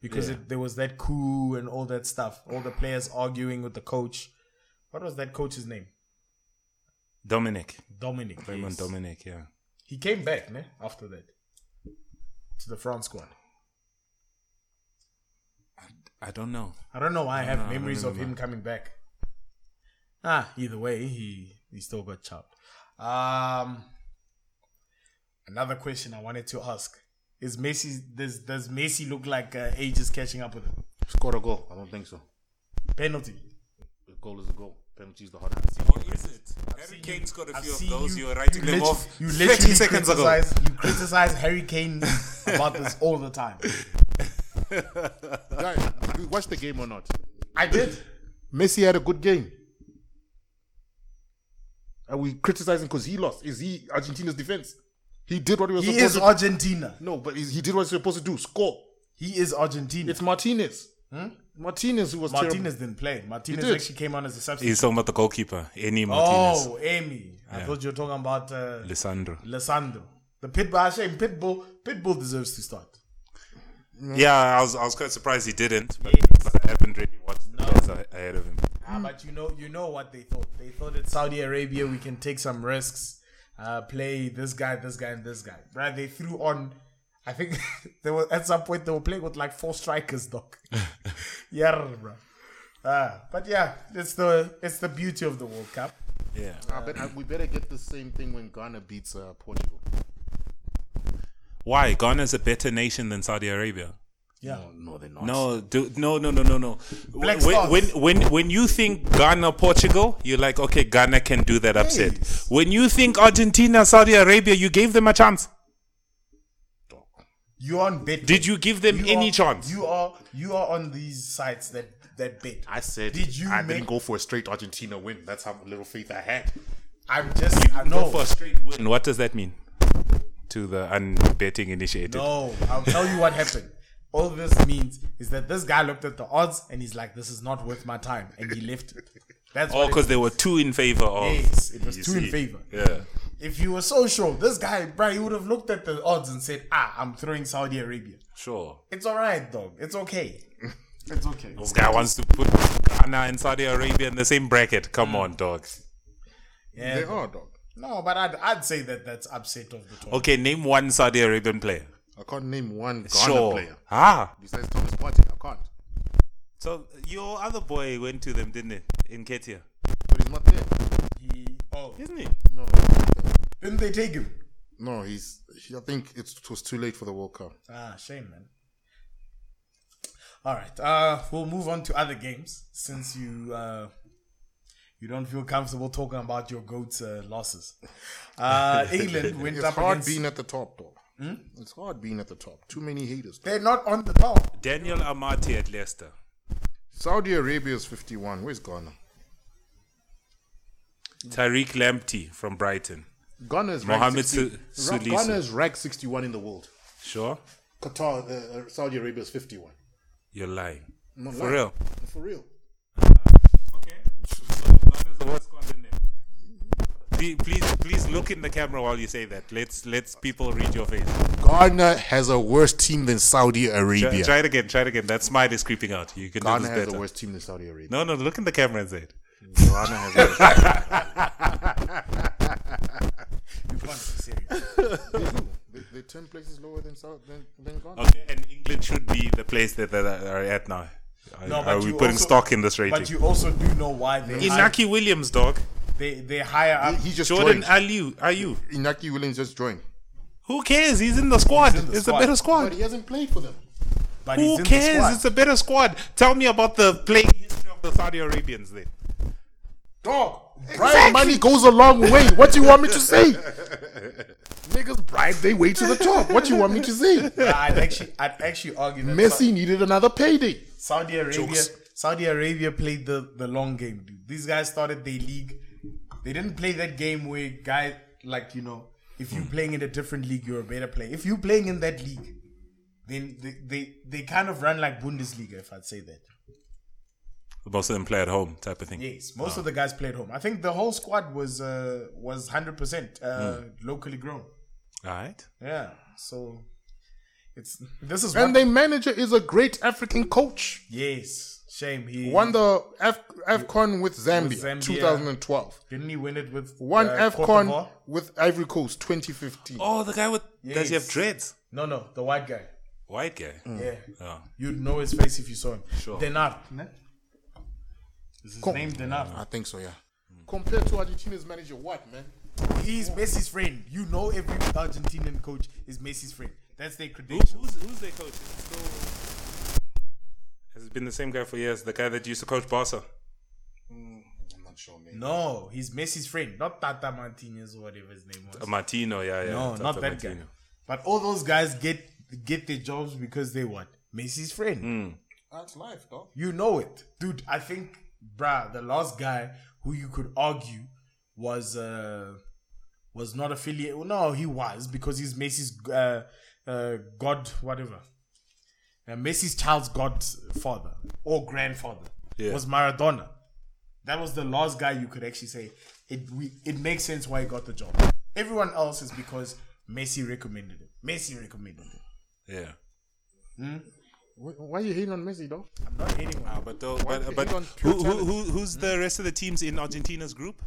because it, there was that coup and all that stuff. All the players arguing with the coach. What was that coach's name?
Dominic.
Dominic.
Raymond
yes.
Dominic, yeah.
He came back, ne? After that, to the France squad.
I don't know.
I don't know why I have
I
memories of him
remember.
coming back. Ah, either way, he he still got chopped. Um, another question I wanted to ask is Messi. Does does Messi look like uh, age is catching up with him?
Scored a goal. I don't think so.
Penalty.
The goal is a goal. Penalty is the hot.
What is it? Harry
seen
Kane's got a
I've
few of
seen
those.
you-
You were writing them
lit-
off
you
30
literally
seconds ago.
criticize, You criticize Harry Kane about this all the time.
Guys, did you watch the game or not?
I did.
Messi had a good game. Are we criticizing because he lost? Is he Argentina's defense? He did what he was
He
supposed
is
to.
Argentina.
no, but he he did what he was supposed to do. Score.
He is Argentina.
It's Martinez. Martinez who was
Hmm? Martinez
terrible.
didn't play. Martinez
did.
actually came on as a substitute.
He's talking about the goalkeeper, Eni Martinez.
Oh, Amy. I thought you were talking about uh,
Lisandro.
Lissandro. The Pitbull. I shame Pitbull. Pitbull deserves to start.
Yeah, I was, I was quite surprised he didn't, but because I haven't really watched the players a- ahead of him.
Ah, but you know, you know what they thought. They thought it's Saudi Arabia. We can take some risks. Uh, play this guy, this guy, and this guy. Right? They threw on. I think they were at some point they were playing with like four strikers, doc. yeah, bro. Ah, but yeah, it's the it's the beauty of the World Cup.
Yeah.
I bet- I- we better get the same thing when Ghana beats uh, Portugal.
Why? Ghana's a better nation than Saudi Arabia.
Yeah,
No, they're not.
No, do, no, no, no, no, no.
Black
when,
Stars.
when, when, when you think Ghana, Portugal, you're like, okay, Ghana can do that upset. When you think Argentina, Saudi Arabia, you gave them a chance.
you on bet.
Did you give them any
are,
chance?
You are you are on these sites that that bet.
I said.
Did you
I
make?
didn't go for a straight Argentina win. That's how little faith I had.
I'm just. I
Go
know.
for a straight win. What does that mean to the unbetting initiated?
No, I'll tell you what happened. All this means is that this guy looked at the odds and he's like, "This is not worth my time," and he left it. That's
Oh,
what
because
it,
they were two in favor of.
Yes, it was
You
two in
see.
favor.
Yeah.
If you were so sure, this guy, bro, he would have looked at the odds and said, "Ah, I'm throwing Saudi Arabia."
Sure.
It's all right, dog. It's okay. It's okay.
This guy wants to put Ghana and Saudi Arabia in the same bracket. Come on, dog.
Yeah.
They are dog.
No, but I'd, I'd say that that's upset of the tournament.
Okay, name one Saudi Arabian player.
I can't name one Ghana
sure.
player
Ah.
besides Thomas Partey. I can't.
So your other boy went to them, didn't he? In Ketia.
But he's not there.
He, oh,
Isn't he?
No.
didn't they take him?
No, he's. He, I think it's, it was too late for the World Cup.
Ah, shame, man. All right, uh, we'll move on to other games since you uh, you don't feel comfortable talking about your goats' uh, losses. Uh, England went
It's
up
hard
against.
being at the top, though. It's hard being at the top. Too many haters.
They're not on the top.
Daniel Amati at Leicester.
Saudi Arabia is 51. Where's Ghana?
Tariq Lamptey from Brighton.
Ghana's
Mohamed
ranked 60
Su-
Ra-
Sulisu.
Ghana's ranked 61 in the world.
Sure,
Qatar, uh, uh, Saudi Arabia is 51.
you're lying.
I'm not
For
lying.
real.
For real.
Okay. Please, please, please look in the camera while you say that. Let's let's people read your face.
Ghana has a worse team than Saudi
Try,
Arabia.
try it again. Try it again. That smile is creeping out. You can do
Ghana
this
has a
better.
worse team than Saudi Arabia.
No, no. Look in the camera and say it.
Ghana has a worse
You can't be serious.
they, they're 10 places lower than, Saudi, than, than Ghana.
Okay. And England should be the place that they are at now. Are,
No, but
are we
you
Uh, putting
also-
stock in this rating?
But you also do know why they hire,
Inaki Williams, dog.
they they hire up.
He just
Jordan
joined.
Aliu. Are you?
Inaki Williams just joined.
Who cares? He's in the squad.
in the
it's
squad.
a better squad.
But he hasn't played for them.
But he's
Who
in The
cares?
squad.
It's a better squad. Tell me about the playing history of the Saudi Arabians then.
Dog. Bribe money goes a long way. What do you want me to say? Niggas bribe their way to the top. What do you want me to say?
I'd actually I'd actually argue that
Messi needed another payday.
Saudi Arabia. Saudi Arabia played the, the long game, dude. These guys started their league. They didn't play that game where guy like you know, if
Hmm.
you're playing in a different league, you're a better player. If you're playing in that league, then they they, they kind of run like Bundesliga, if I'd say that.
Most of them play at home, type of thing.
Yes, most of the guys played home. I think the whole squad was uh, was hundred percent uh,
Hmm.
locally grown.
All right.
Yeah, so it's this is one.
And their manager is a great African coach.
yes, shame he
Won the F- AFCON with Zambia,
Zambia.
2012.
didn't he win it with
Won
uh, Cote
AFCON
d'Ivoire?
with Ivory Coast 2015.
Oh, the guy with does he
Yes.
have dreads?
No, no, the white guy.
White guy.
Mm. Yeah.
Oh.
You'd know his face if you saw him.
Sure.
Denar. Ne? Is his
Cool.
name Denar?
I think so, yeah. Compared to Argentina's manager, what, man?
Uh, He's Messi's friend. You know every Argentinian coach is Messi's friend. That's their
Who,
credential.
who's who's their coach? Is it still... Has it been the same guy for years? The guy that used to coach Barca.
I'm not sure, man.
No, he's Messi's friend. Not Tata Martinez or whatever his name was.
Uh, Martino, yeah, yeah.
no,
Tata
not that guy.
Martino.
But all those guys get get their jobs because they what? Messi's friend.
That's life, dog.
You know it. Dude, I think, bruh, the last guy who you could argue was uh was not affiliated. No, he was because he's Messi's uh, uh, god, whatever. Uh, Messi's child's godfather or grandfather
Yeah.
was Maradona. That was the last guy you could actually say it. We, it makes sense why he got the job. Everyone else is because Messi recommended it. Messi recommended it.
Yeah.
Why, why you hating on Messi, dog?
I'm not hating. on
Ah,
him.
but though, but,
they
but
hate on
who,
pure
who,
talent?
who, who's the rest of the teams in Argentina's group?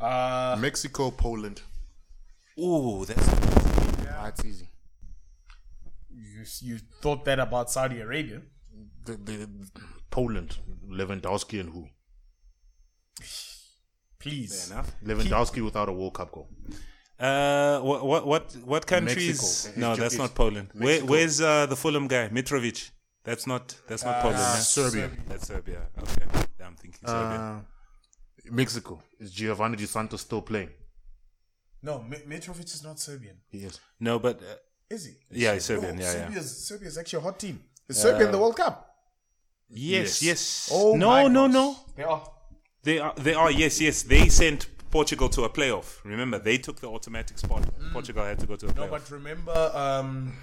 Uh,
Mexico, Poland.
Ooh, that's
That's easy.
you you thought that about Saudi Arabia?
The, the, Poland, Lewandowski and who?
Please.
enough.
Lewandowski without a World Cup goal.
Uh, what what what what countries?
Mexico.
No,
It's-
that's
it's
not Poland. Where, where's uh, the Fulham guy, Mitrovic? That's not that's
Uh,
not Poland. yeah?
Serbia.
That's Serbia. Okay, Yeah, I'm thinking Serbia.
Uh, Mexico. Is Giovanni Dos Santos still playing?
No, Mi- Mitrovic is not Serbian,
He is.
No, but uh,
is he?
yeah, it's Serbian.
No,
yeah, yeah.
Serbia's, Serbia's actually a hot team. Is Serbia in the World Cup?
Yes, yes.
Oh
no,
my
no,
gosh.
no.
They are.
They are. They are. Yes, yes. They sent Portugal to a playoff. Remember, they took the automatic spot. Portugal had to go to a
Mm. No,
playoff.
but remember, um,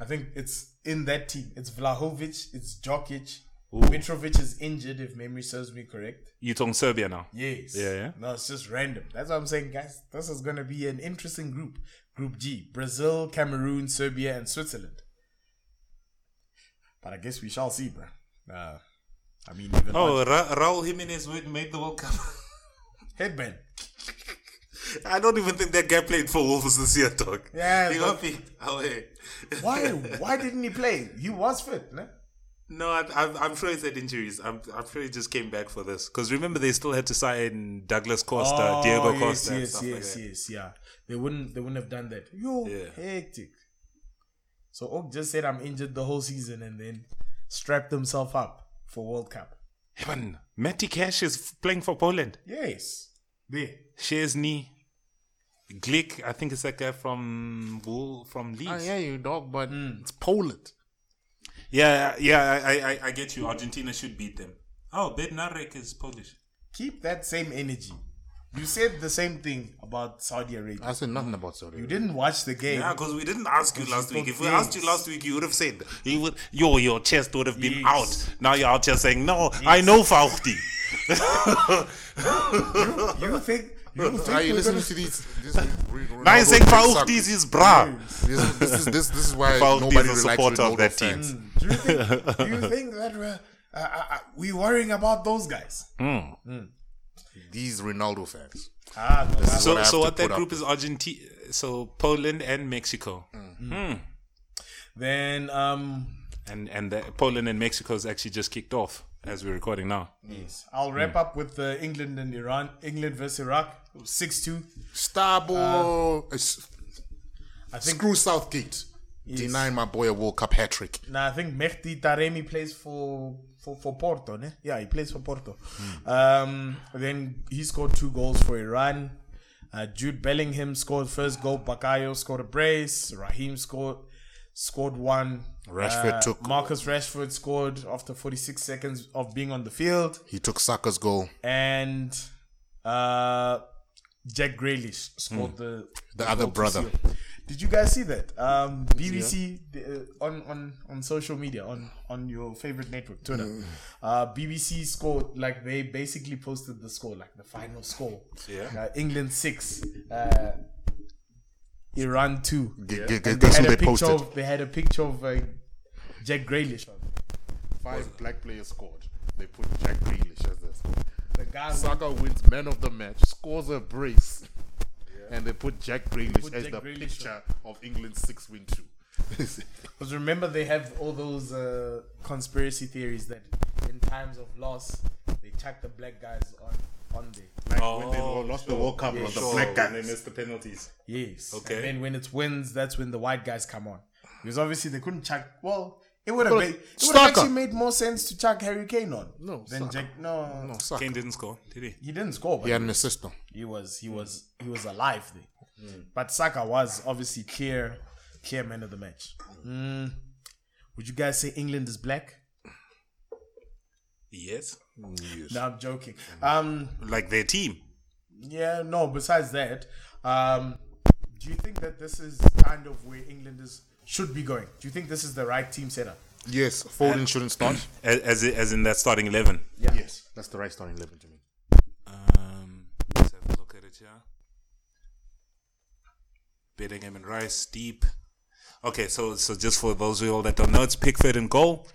I think it's in that team. It's Vlahovic, it's Jokic. Mitrovic is injured, if memory serves me correct.
you talking Serbia now?
Yes.
Yeah, yeah.
No, it's just random. That's what I'm saying, guys. This is going to be an interesting group. Group G Brazil, Cameroon, Serbia, and Switzerland. But I guess we shall see, bro. Uh, I mean, even
Oh, Ra- Raul Jimenez wa- made the World Cup. uh,
Headband.
I don't even think that guy played for Wolves this year, dog.
Yeah,
he
but-
oh, got beat away.
Why? Why didn't he play? He was fit, no?
No, I, I'm, I'm sure it's had injuries. I'm, I'm sure he just came back for this. Because remember, they still had to sign Douglas Costa, Diego
Oh, yes,
Costa, and
Yes,
stuff
yes,
like
yes, yeah. They wouldn't they wouldn't have done that. Yo,
Yeah.
hectic. So Oak just said I'm injured the whole season and then strapped himself up for World Cup.
that. Even Matty Cash is f- playing for Poland.
Yes. There.
Szczesny. Glick, I think it's that guy from Wool, from
Ah,
Leeds.
I
Oh,
hear you, dog, but it's Poland.
Yeah, yeah, I, I, I get you. Argentina should beat them. Oh, Bednarek is Polish.
Keep that same energy. You said the same thing about Saudi Arabia.
I said nothing about Saudi
you
Arabia.
didn't watch the game.
Yeah, because we didn't ask you last week. If we asked you
Yes.
last week, you would have said you would, yo, your chest would have been
Yes.
out. Now you're out here saying, no, I know Fauchti.
You think you think
Are you
we're
listening
gonna-
to these? This, Ronaldo
Now you're saying Fauchti
fans suck.
is his bra.
This, this is this, this is why
Fauchti
nobody
is a
likes
supporter of
Ronaldo
that team.
fans.
do you think do you think that we're uh, uh, uh, we worrying about those guys?
These Ronaldo fans.
Ah, no, that's-
So,
I have
so
to
what that
put up
group is Argentina, so Poland and Mexico,
then um
and and the, Poland and Mexico is actually just kicked off as we're recording now.
Yes. I'll
Hmm.
wrap up with uh, England and Iran. England versus Iraq, six two.
Starbo uh, s-
I think.
screw Southgate. Denying my boy a World Cup hat trick.
Nah, I think Mehdi Taremi plays for for, for Porto. Ne? Yeah, he plays for Porto. Um, then he scored two goals for Iran. Uh, Jude Bellingham scored first goal. Bakayo scored a brace. Raheem scored scored one.
Rashford
Uh,
took
Marcus Rashford scored after 46 seconds of being on the field.
he took Saka's goal.
and uh, Jack Grealish scored the
The other
goal to
brother.
seal. Did you guys see that? Um, BBC the, uh, on on on social media on on your favorite network, Twitter. Uh, BBC scored like they basically posted the score, like the final score. Yeah. Uh, England six. Uh, Iran two.
G- g- g-
They
guess
had
who
a
they
picture
posted?
of they had a picture of uh, Jack Grealish. on it.
Five black players scored. They put Jack Grealish as their scorer.
The guy
Saka wins man of the match, scores a brace, and they put Jack Grealish
put
as
Jack
the
Grealish
picture of England's six win two.
Because remember, they have all those uh, conspiracy theories that in times of loss, they chuck the black guys on on there.
like when they
Oh,
lo- lost the World Cup, it was the black guys.
missed the penalties.
Yes.
Okay.
And then when it wins, that's when the white guys come on. Because obviously they couldn't chuck. Well, it would have made it would have
Saka.
actually made more sense to chuck Harry Kane on.
No,
Then
Saka.
Jack. No.
No, Saka.
Kane didn't score, did he?
He didn't score, but
He had an assist though.
he was he was he was alive there. But Saka was obviously clear clear man of the match. Mm. Would you guys say England is black?
Yes.
No, I'm joking. Um,
Like their team.
Yeah, no, besides that, um, do you think that this is kind of where England is should be going? Do you think this is the right team setup?
Yes, Foden shouldn't start.
As, as, i- as in that starting 11.
Yeah.
Yes, that's the right starting eleven to me.
Um, let's have a look at it here. Bellingham and Rice, deep. Okay, so so just for those of you all that don't know, it's Pickford in goal.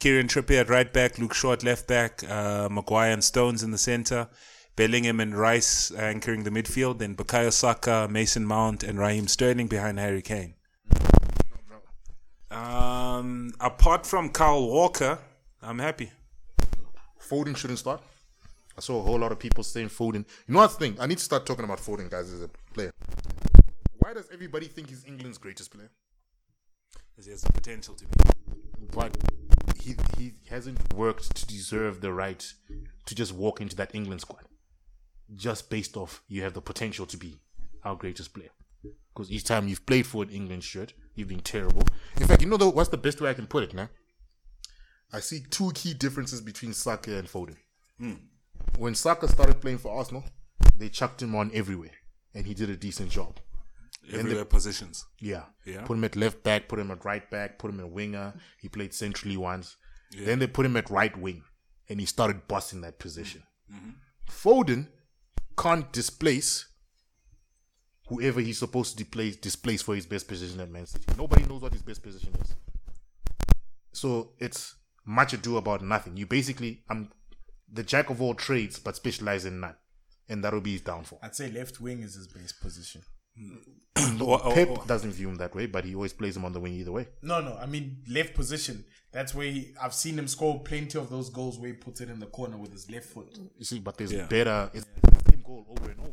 Kieran Trippier at right back, Luke Shaw at left back, uh, Maguire and Stones in the centre, Bellingham and Rice anchoring the midfield, then Bakayo Saka, Mason Mount, and Raheem Sterling behind Harry Kane. Um, apart from Carl Walker, I'm happy.
Foden shouldn't start. I saw a whole lot of people saying Foden. You know what thing? I need to start talking about Foden, guys, as a player. Why does everybody think he's England's greatest player?
'cause He has the potential to be.
but he he hasn't worked to deserve the right to just walk into that England squad, just based off you have the potential to be our greatest player. Because each time you've played for an England shirt, you've been terrible. In fact, you know the, what's the best way I can put it now? I see two key differences between Saka and Foden. When Saka started playing for Arsenal, they chucked him on everywhere, and he did a decent job.
Everywhere positions.
Yeah.
Yeah.
Put him at left back, put him at right back, put him at winger. He played centrally once. Then they put him at right wing and he started busting that position. Foden can't displace whoever he's supposed to displace, displace for his best position at Man City. Nobody knows what his best position is. So it's much ado about nothing. You basically, I'm the jack of all trades, but specialize in none. And that'll be his downfall.
I'd say left wing is his best position.
Or- or-
Pep
or-
doesn't view him that way, but he always plays him on the wing either way.
No, no. I mean left position. That's where he, I've seen him score plenty of those goals where he puts it in the corner with his left foot.
You see, but there's
Yeah.
better. It's the same goal over and over.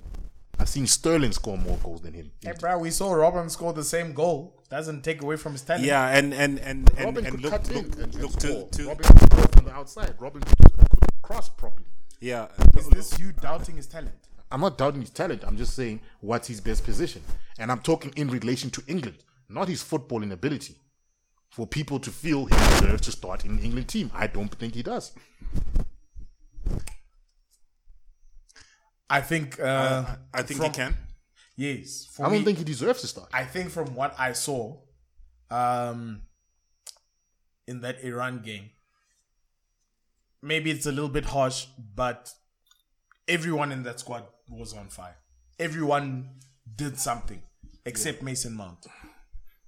I've seen Sterling score more goals than him.
Hey, bro, we saw Robin score the same goal. Doesn't take away from his talent.
yeah, and and and and,
Robin
and
could
look,
cut
look,
in and, and
look
score.
to, to
Robin could score from the outside. Robin could cross properly.
yeah.
Is this you doubting his talent?
I'm not doubting his talent. I'm just saying what's his best position, and I'm talking in relation to England, not his footballing ability. For people to feel he deserves to start in the England team, I don't think he does.
I think. Uh,
I think he
from-
can.
Yes. For
I
me-
don't think he deserves to start.
I think from what I saw, um, in that Iran game, maybe it's a little bit harsh, but everyone in that squad was on fire. Everyone did something except Mason Mount.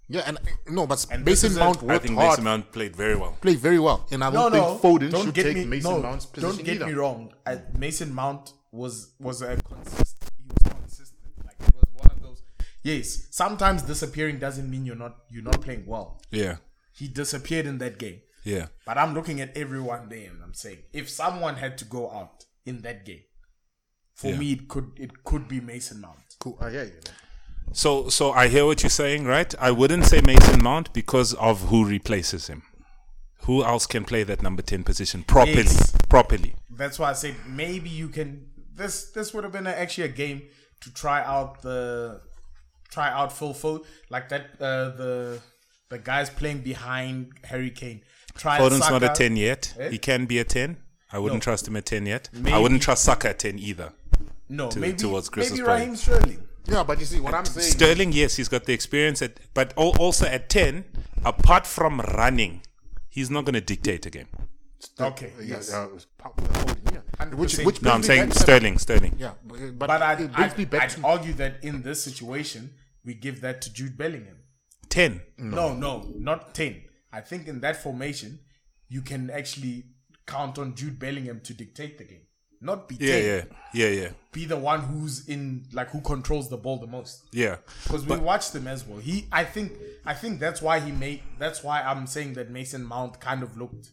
Yeah, and no, but
And this
Mason
is
Mount
it.
I
worked
think
hard,
Mason Mount played very well.
played very well, and I
No,
don't
no,
think Foden
don't
should
get
take
me,
Mason
no,
Mount's position
Don't get
either.
me wrong. I, Mason Mount was was a consist, he was consistent. Like it was one of those. Yes, sometimes disappearing doesn't mean you're not you're not playing well.
Yeah,
He disappeared in that game.
yeah.
But I'm looking at everyone there and I'm saying if someone had to go out in that game, for
Yeah.
me it could it could be Mason Mount.
Cool. I hear you.
So so I hear what you're saying, right? I wouldn't say Mason Mount because of who replaces him. Who else can play that number ten position properly?
Yes.
Properly.
That's why I said maybe you can this this would have been a, actually a game to try out the try out Phil Foden like that uh, the the guys playing behind Harry Kane. Try
Foden's not a
Saka.
ten yet.
Eh?
He can be a ten. I wouldn't
No.
trust him at ten yet. I
Maybe-
wouldn't trust Saka at ten either.
No,
to-
maybe
towards Chris's
maybe
play.
Raheem Sterling.
Yeah, but you see what I'm saying.
Sterling, yes, he's got the experience at, but al- also at ten, apart from running, he's not going to dictate a game.
Okay,
Yeah,
yes.
yeah, it was pa- Foden, yeah. Which,
100%.
which
No, I'm
brings me
saying
back to-
Sterling, Sterling.
Yeah, but, but
But I'd,
it brings
I'd,
me back
I'd
to
argue that in this situation, we give that to Jude Bellingham.
Ten.
No. no, not 10. I think in that formation, you can actually count on Jude Bellingham to dictate the game. Not be 10.
Yeah, yeah, yeah, yeah,
Be the one who's in, like, who controls the ball the most.
yeah.
Because we watched him as well. He, I think, I think that's why he made, that's why I'm saying that Mason Mount kind of looked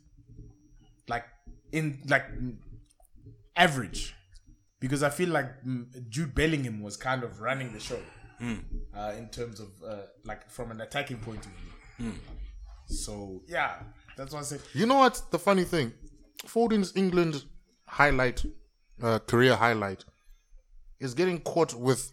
like, in, like, mm, average. Because I feel like mm, Jude Bellingham was kind of running the show uh, in terms of, uh, like, from an attacking point of view. So, yeah, that's what I say.
You know what? The funny thing, Foden's England highlight, uh, career highlight, is getting caught with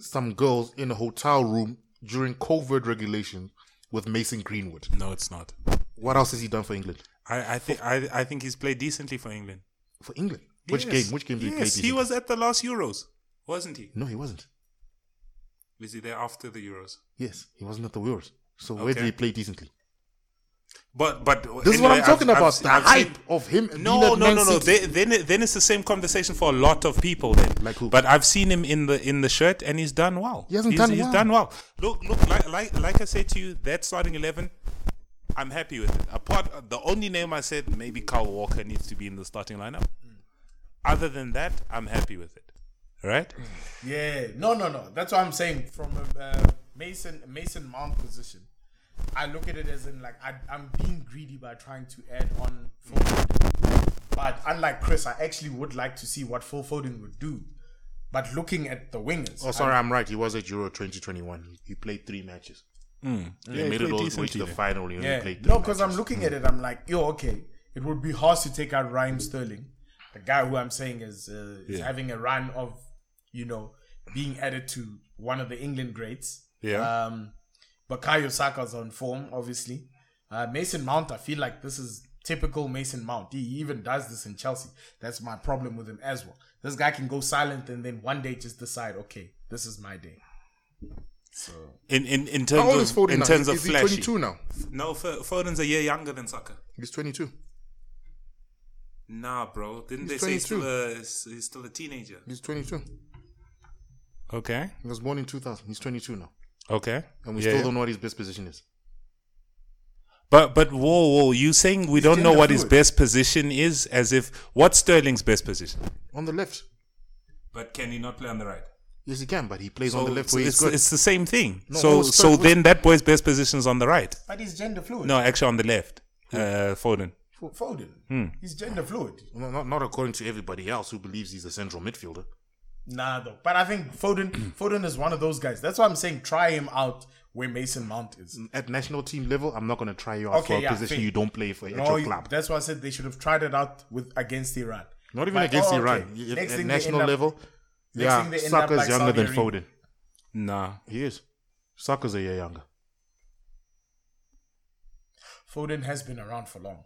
some girls in a hotel room during COVID regulation with Mason Greenwood.
No, it's not.
What else has he done for England?
I, I think I, I think he's played decently for England.
For England, which
Yes.
game? Which game did he play?
Yes,
this
he
year?
was at the last Euros, wasn't he?
No, he wasn't.
Was he there after the Euros?
Yes, he wasn't at the Euros. So where did
Okay.
he play decently?
But but
This is what
anyway,
I'm talking
I've-
about.
I've se-
the
I've
hype
seen-
of him. being
no,
at
no,
Man
no, no. They,
City.
then, it- then it's the same conversation for a lot of people. Then,
Like who?
but I've seen him in the in the shirt, and he's done well.
He hasn't
he's,
done
he's
well.
done well. Look, look, like, like like I said to you, that starting eleven, I'm happy with it. Apart, the only name I said maybe Carl Walker needs to be in the starting lineup. Other than that, I'm happy with it. Right?
Mm.
Yeah, no, no, no. That's what I'm saying. From a uh, Mason Mason Mount position, I look at it as in like I, I'm being greedy by trying to add on Phil Foden. But unlike Chris, I actually would like to see what Phil Foden would do. But looking at the wingers,
Oh, sorry, I'm right. He was at Euro 2021. He- He played three matches.
he
Yeah, he
made it
played
all the way
decently
to
to the
the-
final. He only
yeah,
played three
no, because I'm
matches.
looking at it, I'm like, yo, okay, it would be harsh to take out Ryan Sterling, the guy who I'm saying is uh, is
Yeah.
having a run of, you know, being added to one of the England greats.
Yeah.
Um, Bakayo Saka's on form, obviously. Uh, Mason Mount, I feel like this is typical Mason Mount. He even does this in Chelsea. That's my problem with him as well. This guy can go silent and then one day just decide, okay, this is my day. So
In in in
How old is
terms of
Foden
in
now?
terms
is
of
he
flashy.
22 now?
No, Fo- Foden's a year younger than Saka.
He's 22.
Nah, bro. Didn't
He's
they say he's still
22.
a he's still a teenager?
He's 22.
Okay.
He was born in 2000. He's 22 now.
Okay.
And we
Yeah,
still
yeah.
don't know what his best position is.
But but whoa whoa, you saying we don't know
gender
what his
fluid.
best position is? As if what's Sterling's best position?
On the left.
But can he not play on the right?
Yes, he can, but he plays on
So
the left
so
where he's
it's,
good.
it's the same thing.
No,
so
no, Spurs
so
was-
then that boy's best position is on the right.
But he's gender fluid.
No, actually on the left. Uh, Foden.
F- Foden.
Hmm.
He's gender fluid.
No, not, not according to everybody else who believes he's a central midfielder.
Nah, though. But I think Foden Foden is one of those guys. That's why I'm saying try him out where Mason Mount is.
At national team level, I'm not going to try you out
Okay,
for a
yeah,
position
fair.
you don't play for at
No,
your
you-
club.
that's why I said they should have tried it out with against Iran.
Not even
But-
against
oh, okay.
Iran. If-
Next
at
thing they end
national
up-
level,
next
yeah,
thing they end up
Saka's
like
younger than
Saudi Arabia.
Foden.
Nah.
He is. Saka's a year younger.
Foden has been around for long.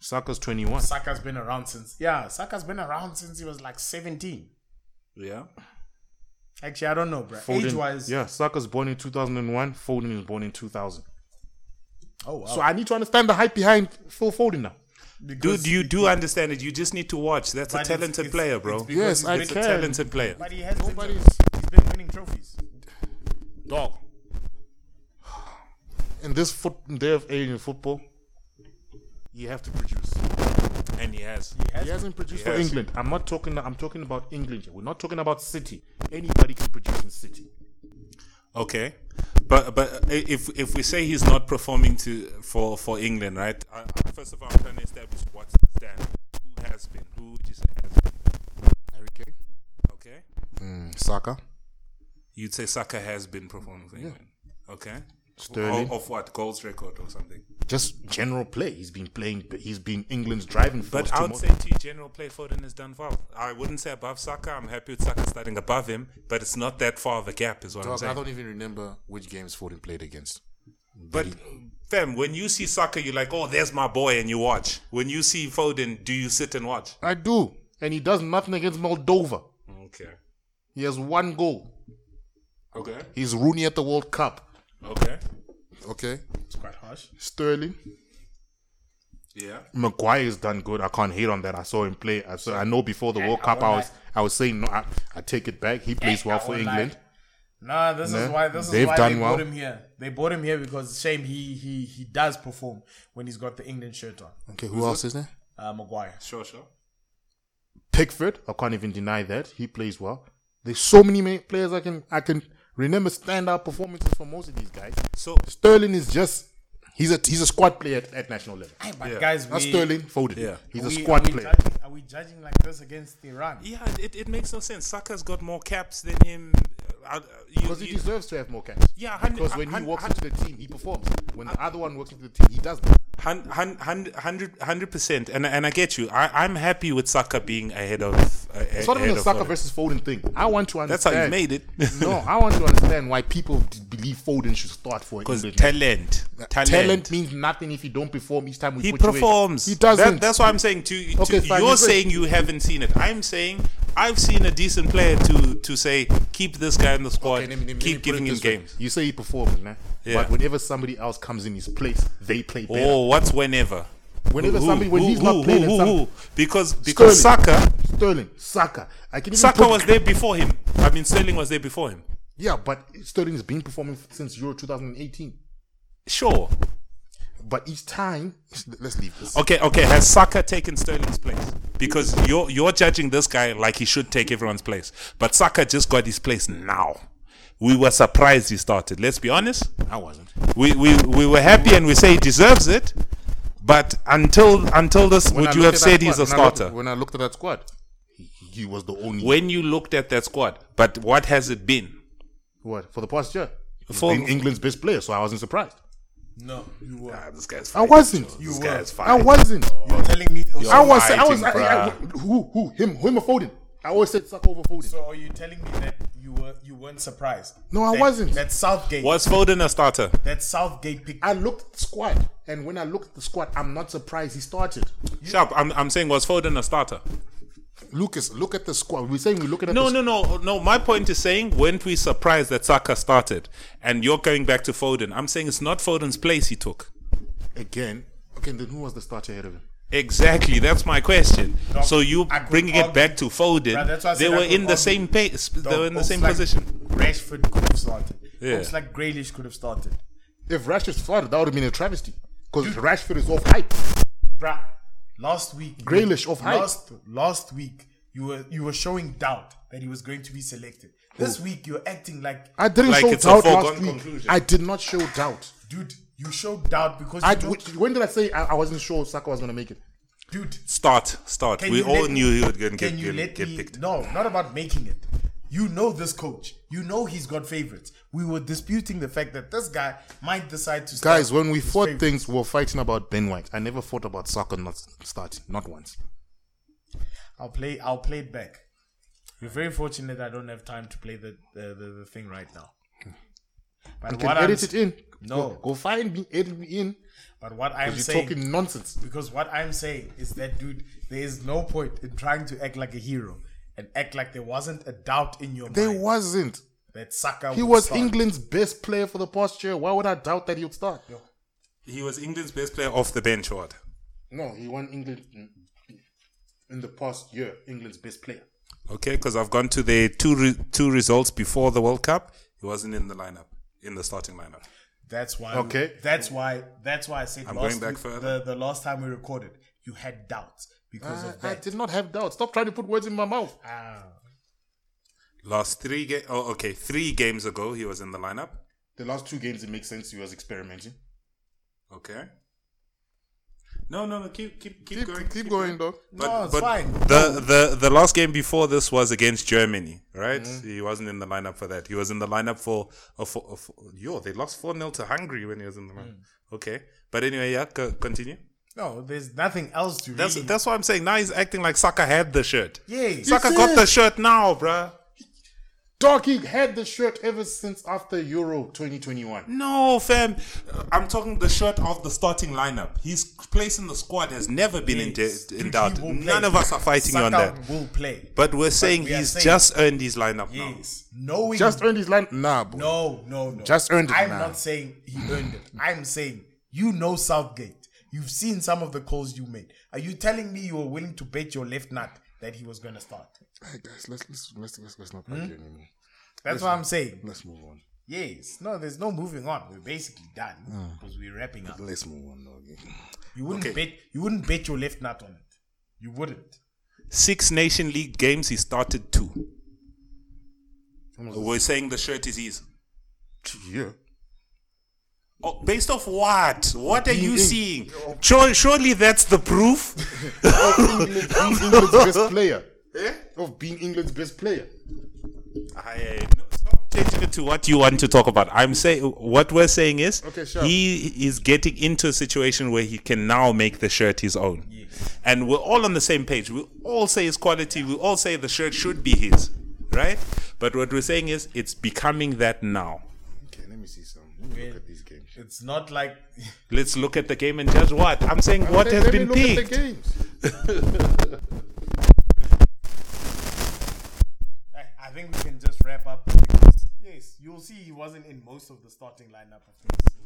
Saka's 21.
Saka's been around since yeah, Saka's been around since he was like 17.
Yeah.
Actually, I don't know, bro.
Foden-
Age wise,
yeah, Saka's born in 2001. Foden is born in 2000.
Oh wow.
So I need to understand the hype behind Phil Foden now.
Because-
Dude, you do understand it. You just need to watch. That's
But
a
it's-
talented
it's-
player,
it's
bro.
because
Yes,
he's
I
been-
It's a
can.
talented player.
But he has
Nobody's-
he's been winning trophies.
Dog. In this foot, day of age in football, you have to produce.
And he has.
He hasn't produced
He
for
has.
England. I'm not talking. I'm talking about England. here. We're not talking about City. Anybody can produce in City.
Okay, but but if if we say he's not performing to for for England, right? I, I- first of all, I'm trying to establish what's the standard. Who has been? Who would you say has been?
Harry Kane,
Okay,
Saka,
you'd say Saka has been performing for England. Okay,
Sterling.
O- of what goals record or something.
just general play. He's been playing. He's been England's driving force.
But
to
I would
mo-
say to you, general play Foden has done well. I wouldn't say above Saka. I'm happy with Saka starting above him, but it's not that far of a gap, is what I'm
Dog, I
saying.
don't even remember which games Foden played against.
But fam, when you see Saka, you're like, oh, there's my boy, and you watch. When you see Foden, do you sit and watch?
I do, and he does nothing against Moldova.
Okay.
He has one goal.
Okay.
He's Rooney at the World Cup.
Okay.
Okay,
It's quite harsh.
Sterling,
Yeah.
Maguire's done good. I can't hate on that. I saw him play. I, saw, I know before the World Cup, I was I was saying no. I, I take it back. He plays well
I
for
won't
England.
lie. Nah, this is
Nah,
why this is
they've
why
done
they
well.
bought him here. They bought him here because shame he he he does perform when he's got the England shirt on.
okay. Who else is there?
Uh, Maguire.
Sure, sure.
Pickford, I can't even deny that he plays well. There's so many ma- players I can I can remember standout performances from most of these guys.
So
Sterling is just he's a he's a squad player at, at national level.
Hey, but
Yeah.
guys,
That's
we,
Sterling Foden.
Yeah.
He's a
we-
squad
are we
player.
Judging, are we judging like this against Iran?
yeah, it, it makes no sense. Saka's got more caps than him. Uh, you-
Because he
you-
deserves to have more caps.
Yeah, hun-
Because when he
hun-
walks
hun-
into the team, he performs. When the other one walks into the team, he doesn't.
hun- hun- hun- hundred hundred percent. And and I get you. I I'm happy with Saka being ahead of. Uh,
It's not even a Saka
Foden.
versus Foden thing. I want to
That's how
understand.
you made it.
no, I want to understand why people d- believe Foden should start for
Because
England.
talent, talent,
Talent. means nothing if you don't perform each time we
He
put you in.
performs.
He doesn't.
That- that's why I'm saying to, to
Okay, fine,
you're
he's right.
saying you haven't seen it. I'm saying I've seen a decent player to to say keep this guy in the squad,
Okay, let me- let me- let me
keep
put
giving
it
him
this way.
games.
You say he performs, man.
Yeah.
But whenever somebody else comes in his place, they play better.
Oh, what's whenever?
Whenever somebody- when he's not playing and some-
because because
Sterling.
Saka
Sterling, Saka. I can even
Saka
put-
was there before him. I mean, Sterling was there before him.
Yeah, but Sterling has been performing since Euro 2018.
Sure.
But each time,
Let's leave this.
Okay. Okay. Has Saka taken Sterling's place? Because you're you're judging this guy like he should take everyone's place, but Saka just got his place now. We were surprised he started. Let's be honest.
I wasn't.
We we, we were happy and we say he deserves it. But until until this,
When I
would you have
looked at that
said he's
squad-
a
when I looked-
starter?
when I looked at that squad, he, he was the only
When you looked at that squad, but what has it been?
what for the past year. He's
For-
been England's best player, so I wasn't surprised.
No, you were.
Ah, this guy's
I wasn't.
This guy's fine.
I wasn't.
You're telling me.
I was. I
fighting,
was. I, I,
bruh.
who? Who? Him? Him or Foden? I always said Saka over Foden.
So are you telling me that you were you weren't surprised?
No, I
That-
wasn't.
That Southgate.
Was Foden a starter?
That Southgate picked.
I looked at the squad, and when I looked at the squad, I'm not surprised he started.
Sharp. I'm, I'm saying was Foden a starter?
Lucas, look at the squad.
We're saying we're looking at
No,
the
no, no, no. My point is saying, weren't we surprised that Saka started? And you're going back to Foden. I'm saying it's not Foden's place he took.
again. Okay, then who was the starter ahead of him?
Exactly. That's my question.
Doc,
so you
I could
bringing it
argue-
back to Foden?
Bruh, that's why I
they
said I
were
could
in the
argue.
same pace. They were in the
Folks
same
like
position.
Rashford could have started.
Yeah.
Looks like Grealish could have started.
If Rashford started, that would have been a travesty because Rashford is off hype.
Bruh, last week.
Grealish off hype.
Last, last week, You were you were showing doubt that he was going to be selected. This week you're acting like
Oh. I didn't
Like
show
it's a
doubt
foregone
last week.
conclusion.
I did not show doubt.
dude, you showed doubt because
I,
you don't-
when did I say I, I wasn't sure Saka was going to make it?
dude.
Start, start.
Can
we
you
all
let me-
knew he would get,
Can
get,
you let
get, get
me-
picked.
No, not about making it. You know this coach. You know he's got favorites. We were disputing the fact that this guy might decide to start
Guys, when we
his
fought
favorite.
things, we were fighting about Ben White. I never fought about Saka not starting, not once.
I'll play. I'll play it back. You're very fortunate. I don't have time to play the the, the, the thing right now. But
You can
what I'm,
edit it in.
No.
Go, go find me, edit me in.
But what I'm
You're
saying,
talking nonsense.
because what I'm saying is that dude, there is no point in trying to act like a hero and act like there wasn't a doubt in your
There
mind
wasn't.
that Saka.
He
would
was
start.
England's best player for the past year. Why would I doubt that he would start?
He was England's best player off the bench, what?
No, he won England in the past year. England's best player.
Okay, because I've gone to the two re- two results before the World Cup. He wasn't in the lineup, in the starting lineup.
That's why.
Okay.
That's why. That's why I said.
I'm
last
going back
week-
further.
The, the last time we recorded, you had doubts because
I,
of
I
that.
did not have doubt. Stop trying to put words in my mouth.
Ah.
Last three ga- oh, okay, three games ago he was in the lineup.
The last two games, it makes sense. He was experimenting.
Okay. No, no, no. Keep keep keep,
Keep,
going.
keep going, dog.
But,
No, it's
but
fine.
The, the the last game before this was against Germany, right? He wasn't in the lineup for that. He was in the lineup for a four. A four yo, they lost four 0 to Hungary when he was in the lineup. Okay, but anyway, yeah, co- continue.
No, there's nothing else to
That's
really.
that's what I'm saying. Now he's acting like Saka had the shirt.
yeah.
Saka got the shirt now, bruh.
Dog, he had the shirt ever since after Euro 2021.
No, fam. I'm talking the shirt of the starting lineup. His place in the squad has never been in, de- in
Dude,
doubt.
he will play.
None of us are fighting
Saka
on that.
Will play.
But we're saying
we are
he's
saying-
just earned his lineup now.
yes, knowing
Just earned his line. Nah, bro.
No, no, no.
Just earned it,
I'm
man.
not saying he earned it. I'm saying you know Southgate. You've seen some of the calls you made. Are you telling me you were willing to bet your left nut that he was going to start?
Hey, guys, let's let's let's let's, let's
Hmm?
not argue anymore.
That's what I'm saying.
Let's move on.
Yes. No, there's no moving on. We're basically done
Hmm.
because we're wrapping up.
Let's move on, dog.
You wouldn't
Okay.
bet. You wouldn't bet your left nut on it. You wouldn't.
Six Nation League games, he started two. We're saying the shirt is his.
Yeah.
Oh, based off what? What are you
Being-
seeing? Sure- Surely that's the proof.
England, being England's best player.
Eh?
Of being England's best player.
I, uh, no, stop changing it to what you want to talk about. I'm saying what we're saying is
Okay, sure.
he is getting into a situation where he can now make the shirt his own, and we're all on the same page. We all say his quality. We all say the shirt should be his, right? But what we're saying is it's becoming that now.
Okay, let me see some. Let me look at these games.
It's not like
Let's look at the game and judge what I'm saying. What
Let-
has
let me
been
look at the
picked?
games.
I I think we can just wrap up. because, Yes, you'll see he wasn't in most of the starting lineup of things.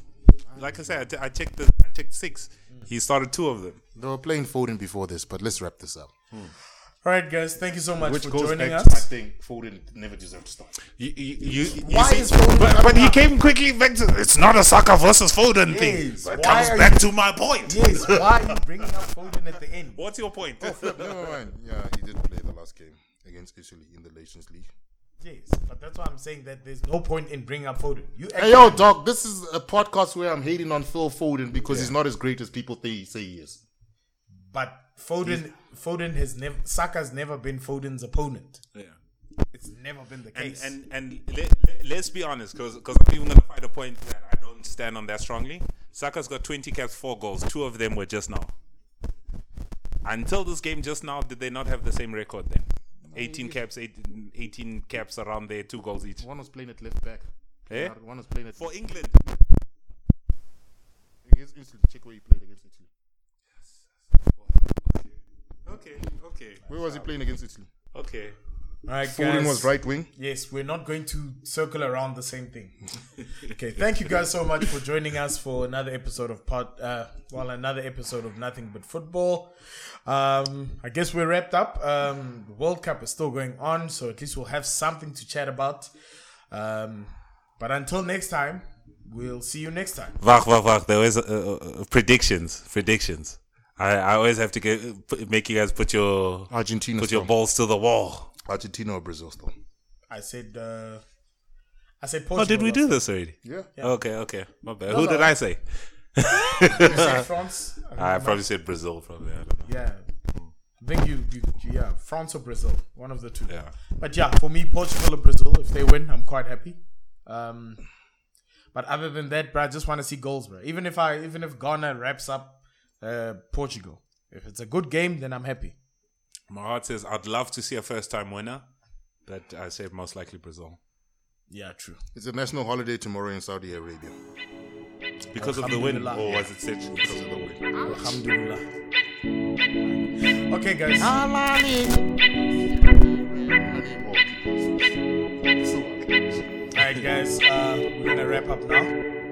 Like I said, I, t- I checked the I checked six. He started two of them.
They were playing Foden before this, but let's wrap this up.
All right, guys. Thank you so much
Which
for
goes
joining
back
us.
to my thing. Foden never deserved to start.
You, you, you, you
Why
see-
is Foden
but,
coming
but he
up?
came quickly back to it's not a Saka versus Foden thing.
Yes,
It
why
comes
are
back
you-
to my point.
Yes, Oh, why are you bringing up Foden at the end?
What's your point?
Never mind. Yeah, he did play the last game against Italy in the Nations League.
Yes, but that's why I'm saying that there's no point in bringing up Foden. You
Hey yo, dog! This is a podcast where I'm hating on Phil Foden because he's not as great as people think he say he is.
but Foden, Foden has never, Saka's never been Foden's opponent.
yeah.
It's never been the
And
case.
and, and let, let, us be honest, because I'm even gonna fight a point that I don't stand on that strongly. Saka's got 20 caps, four goals. Two of them were just now. Until this game just now, did they not have the same record then? 18 caps, 18, 18 caps around there, two goals each.
One was playing at left back.
Eh?
One was playing at
For England,
against Italy. Check where he played against Italy.
okay, okay,
Where was he playing against Italy?
okay.
All right,
Foden
guys.
was right wing.
Yes, we're not going to circle around the same thing. okay, thank you guys so much for joining us for another episode of pod. Uh, well, another episode of Nothing But Football. Um, I guess we're wrapped up. Um, the World Cup is still going on, so at least we'll have something to chat about. Um, but until next time, we'll see you next time.
Wacht, wacht, wacht. There is uh, uh, uh, predictions. Predictions. I, I always have to get put, make you guys put your
Argentina
put your
still.
balls to the wall.
Argentina or Brazil still?
I said, uh, I said Portugal.
Oh, did we do this already?
Yeah.
Okay, okay. My bad. Who did I say?
I said France. I,
I probably said Brazil. Probably. I don't know.
yeah, I think you, you, yeah, France or Brazil, one of the two.
Yeah.
But yeah, for me, Portugal or Brazil, if they win, I'm quite happy. Um, but other than that, bro, I just want to see goals, bro. Even if I, even if Ghana wraps up uh, Portugal, if it's a good game, then I'm happy.
My heart says I'd love to see a first-time winner, but I said most likely Brazil
Yeah, true.
It's a national holiday tomorrow in Saudi Arabia.
because of the win,
Alhamdulillah.
or was it said because of the win?
Alhamdulillah. Okay, guys.
Oh,
All right, guys. Uh, we're gonna wrap up now.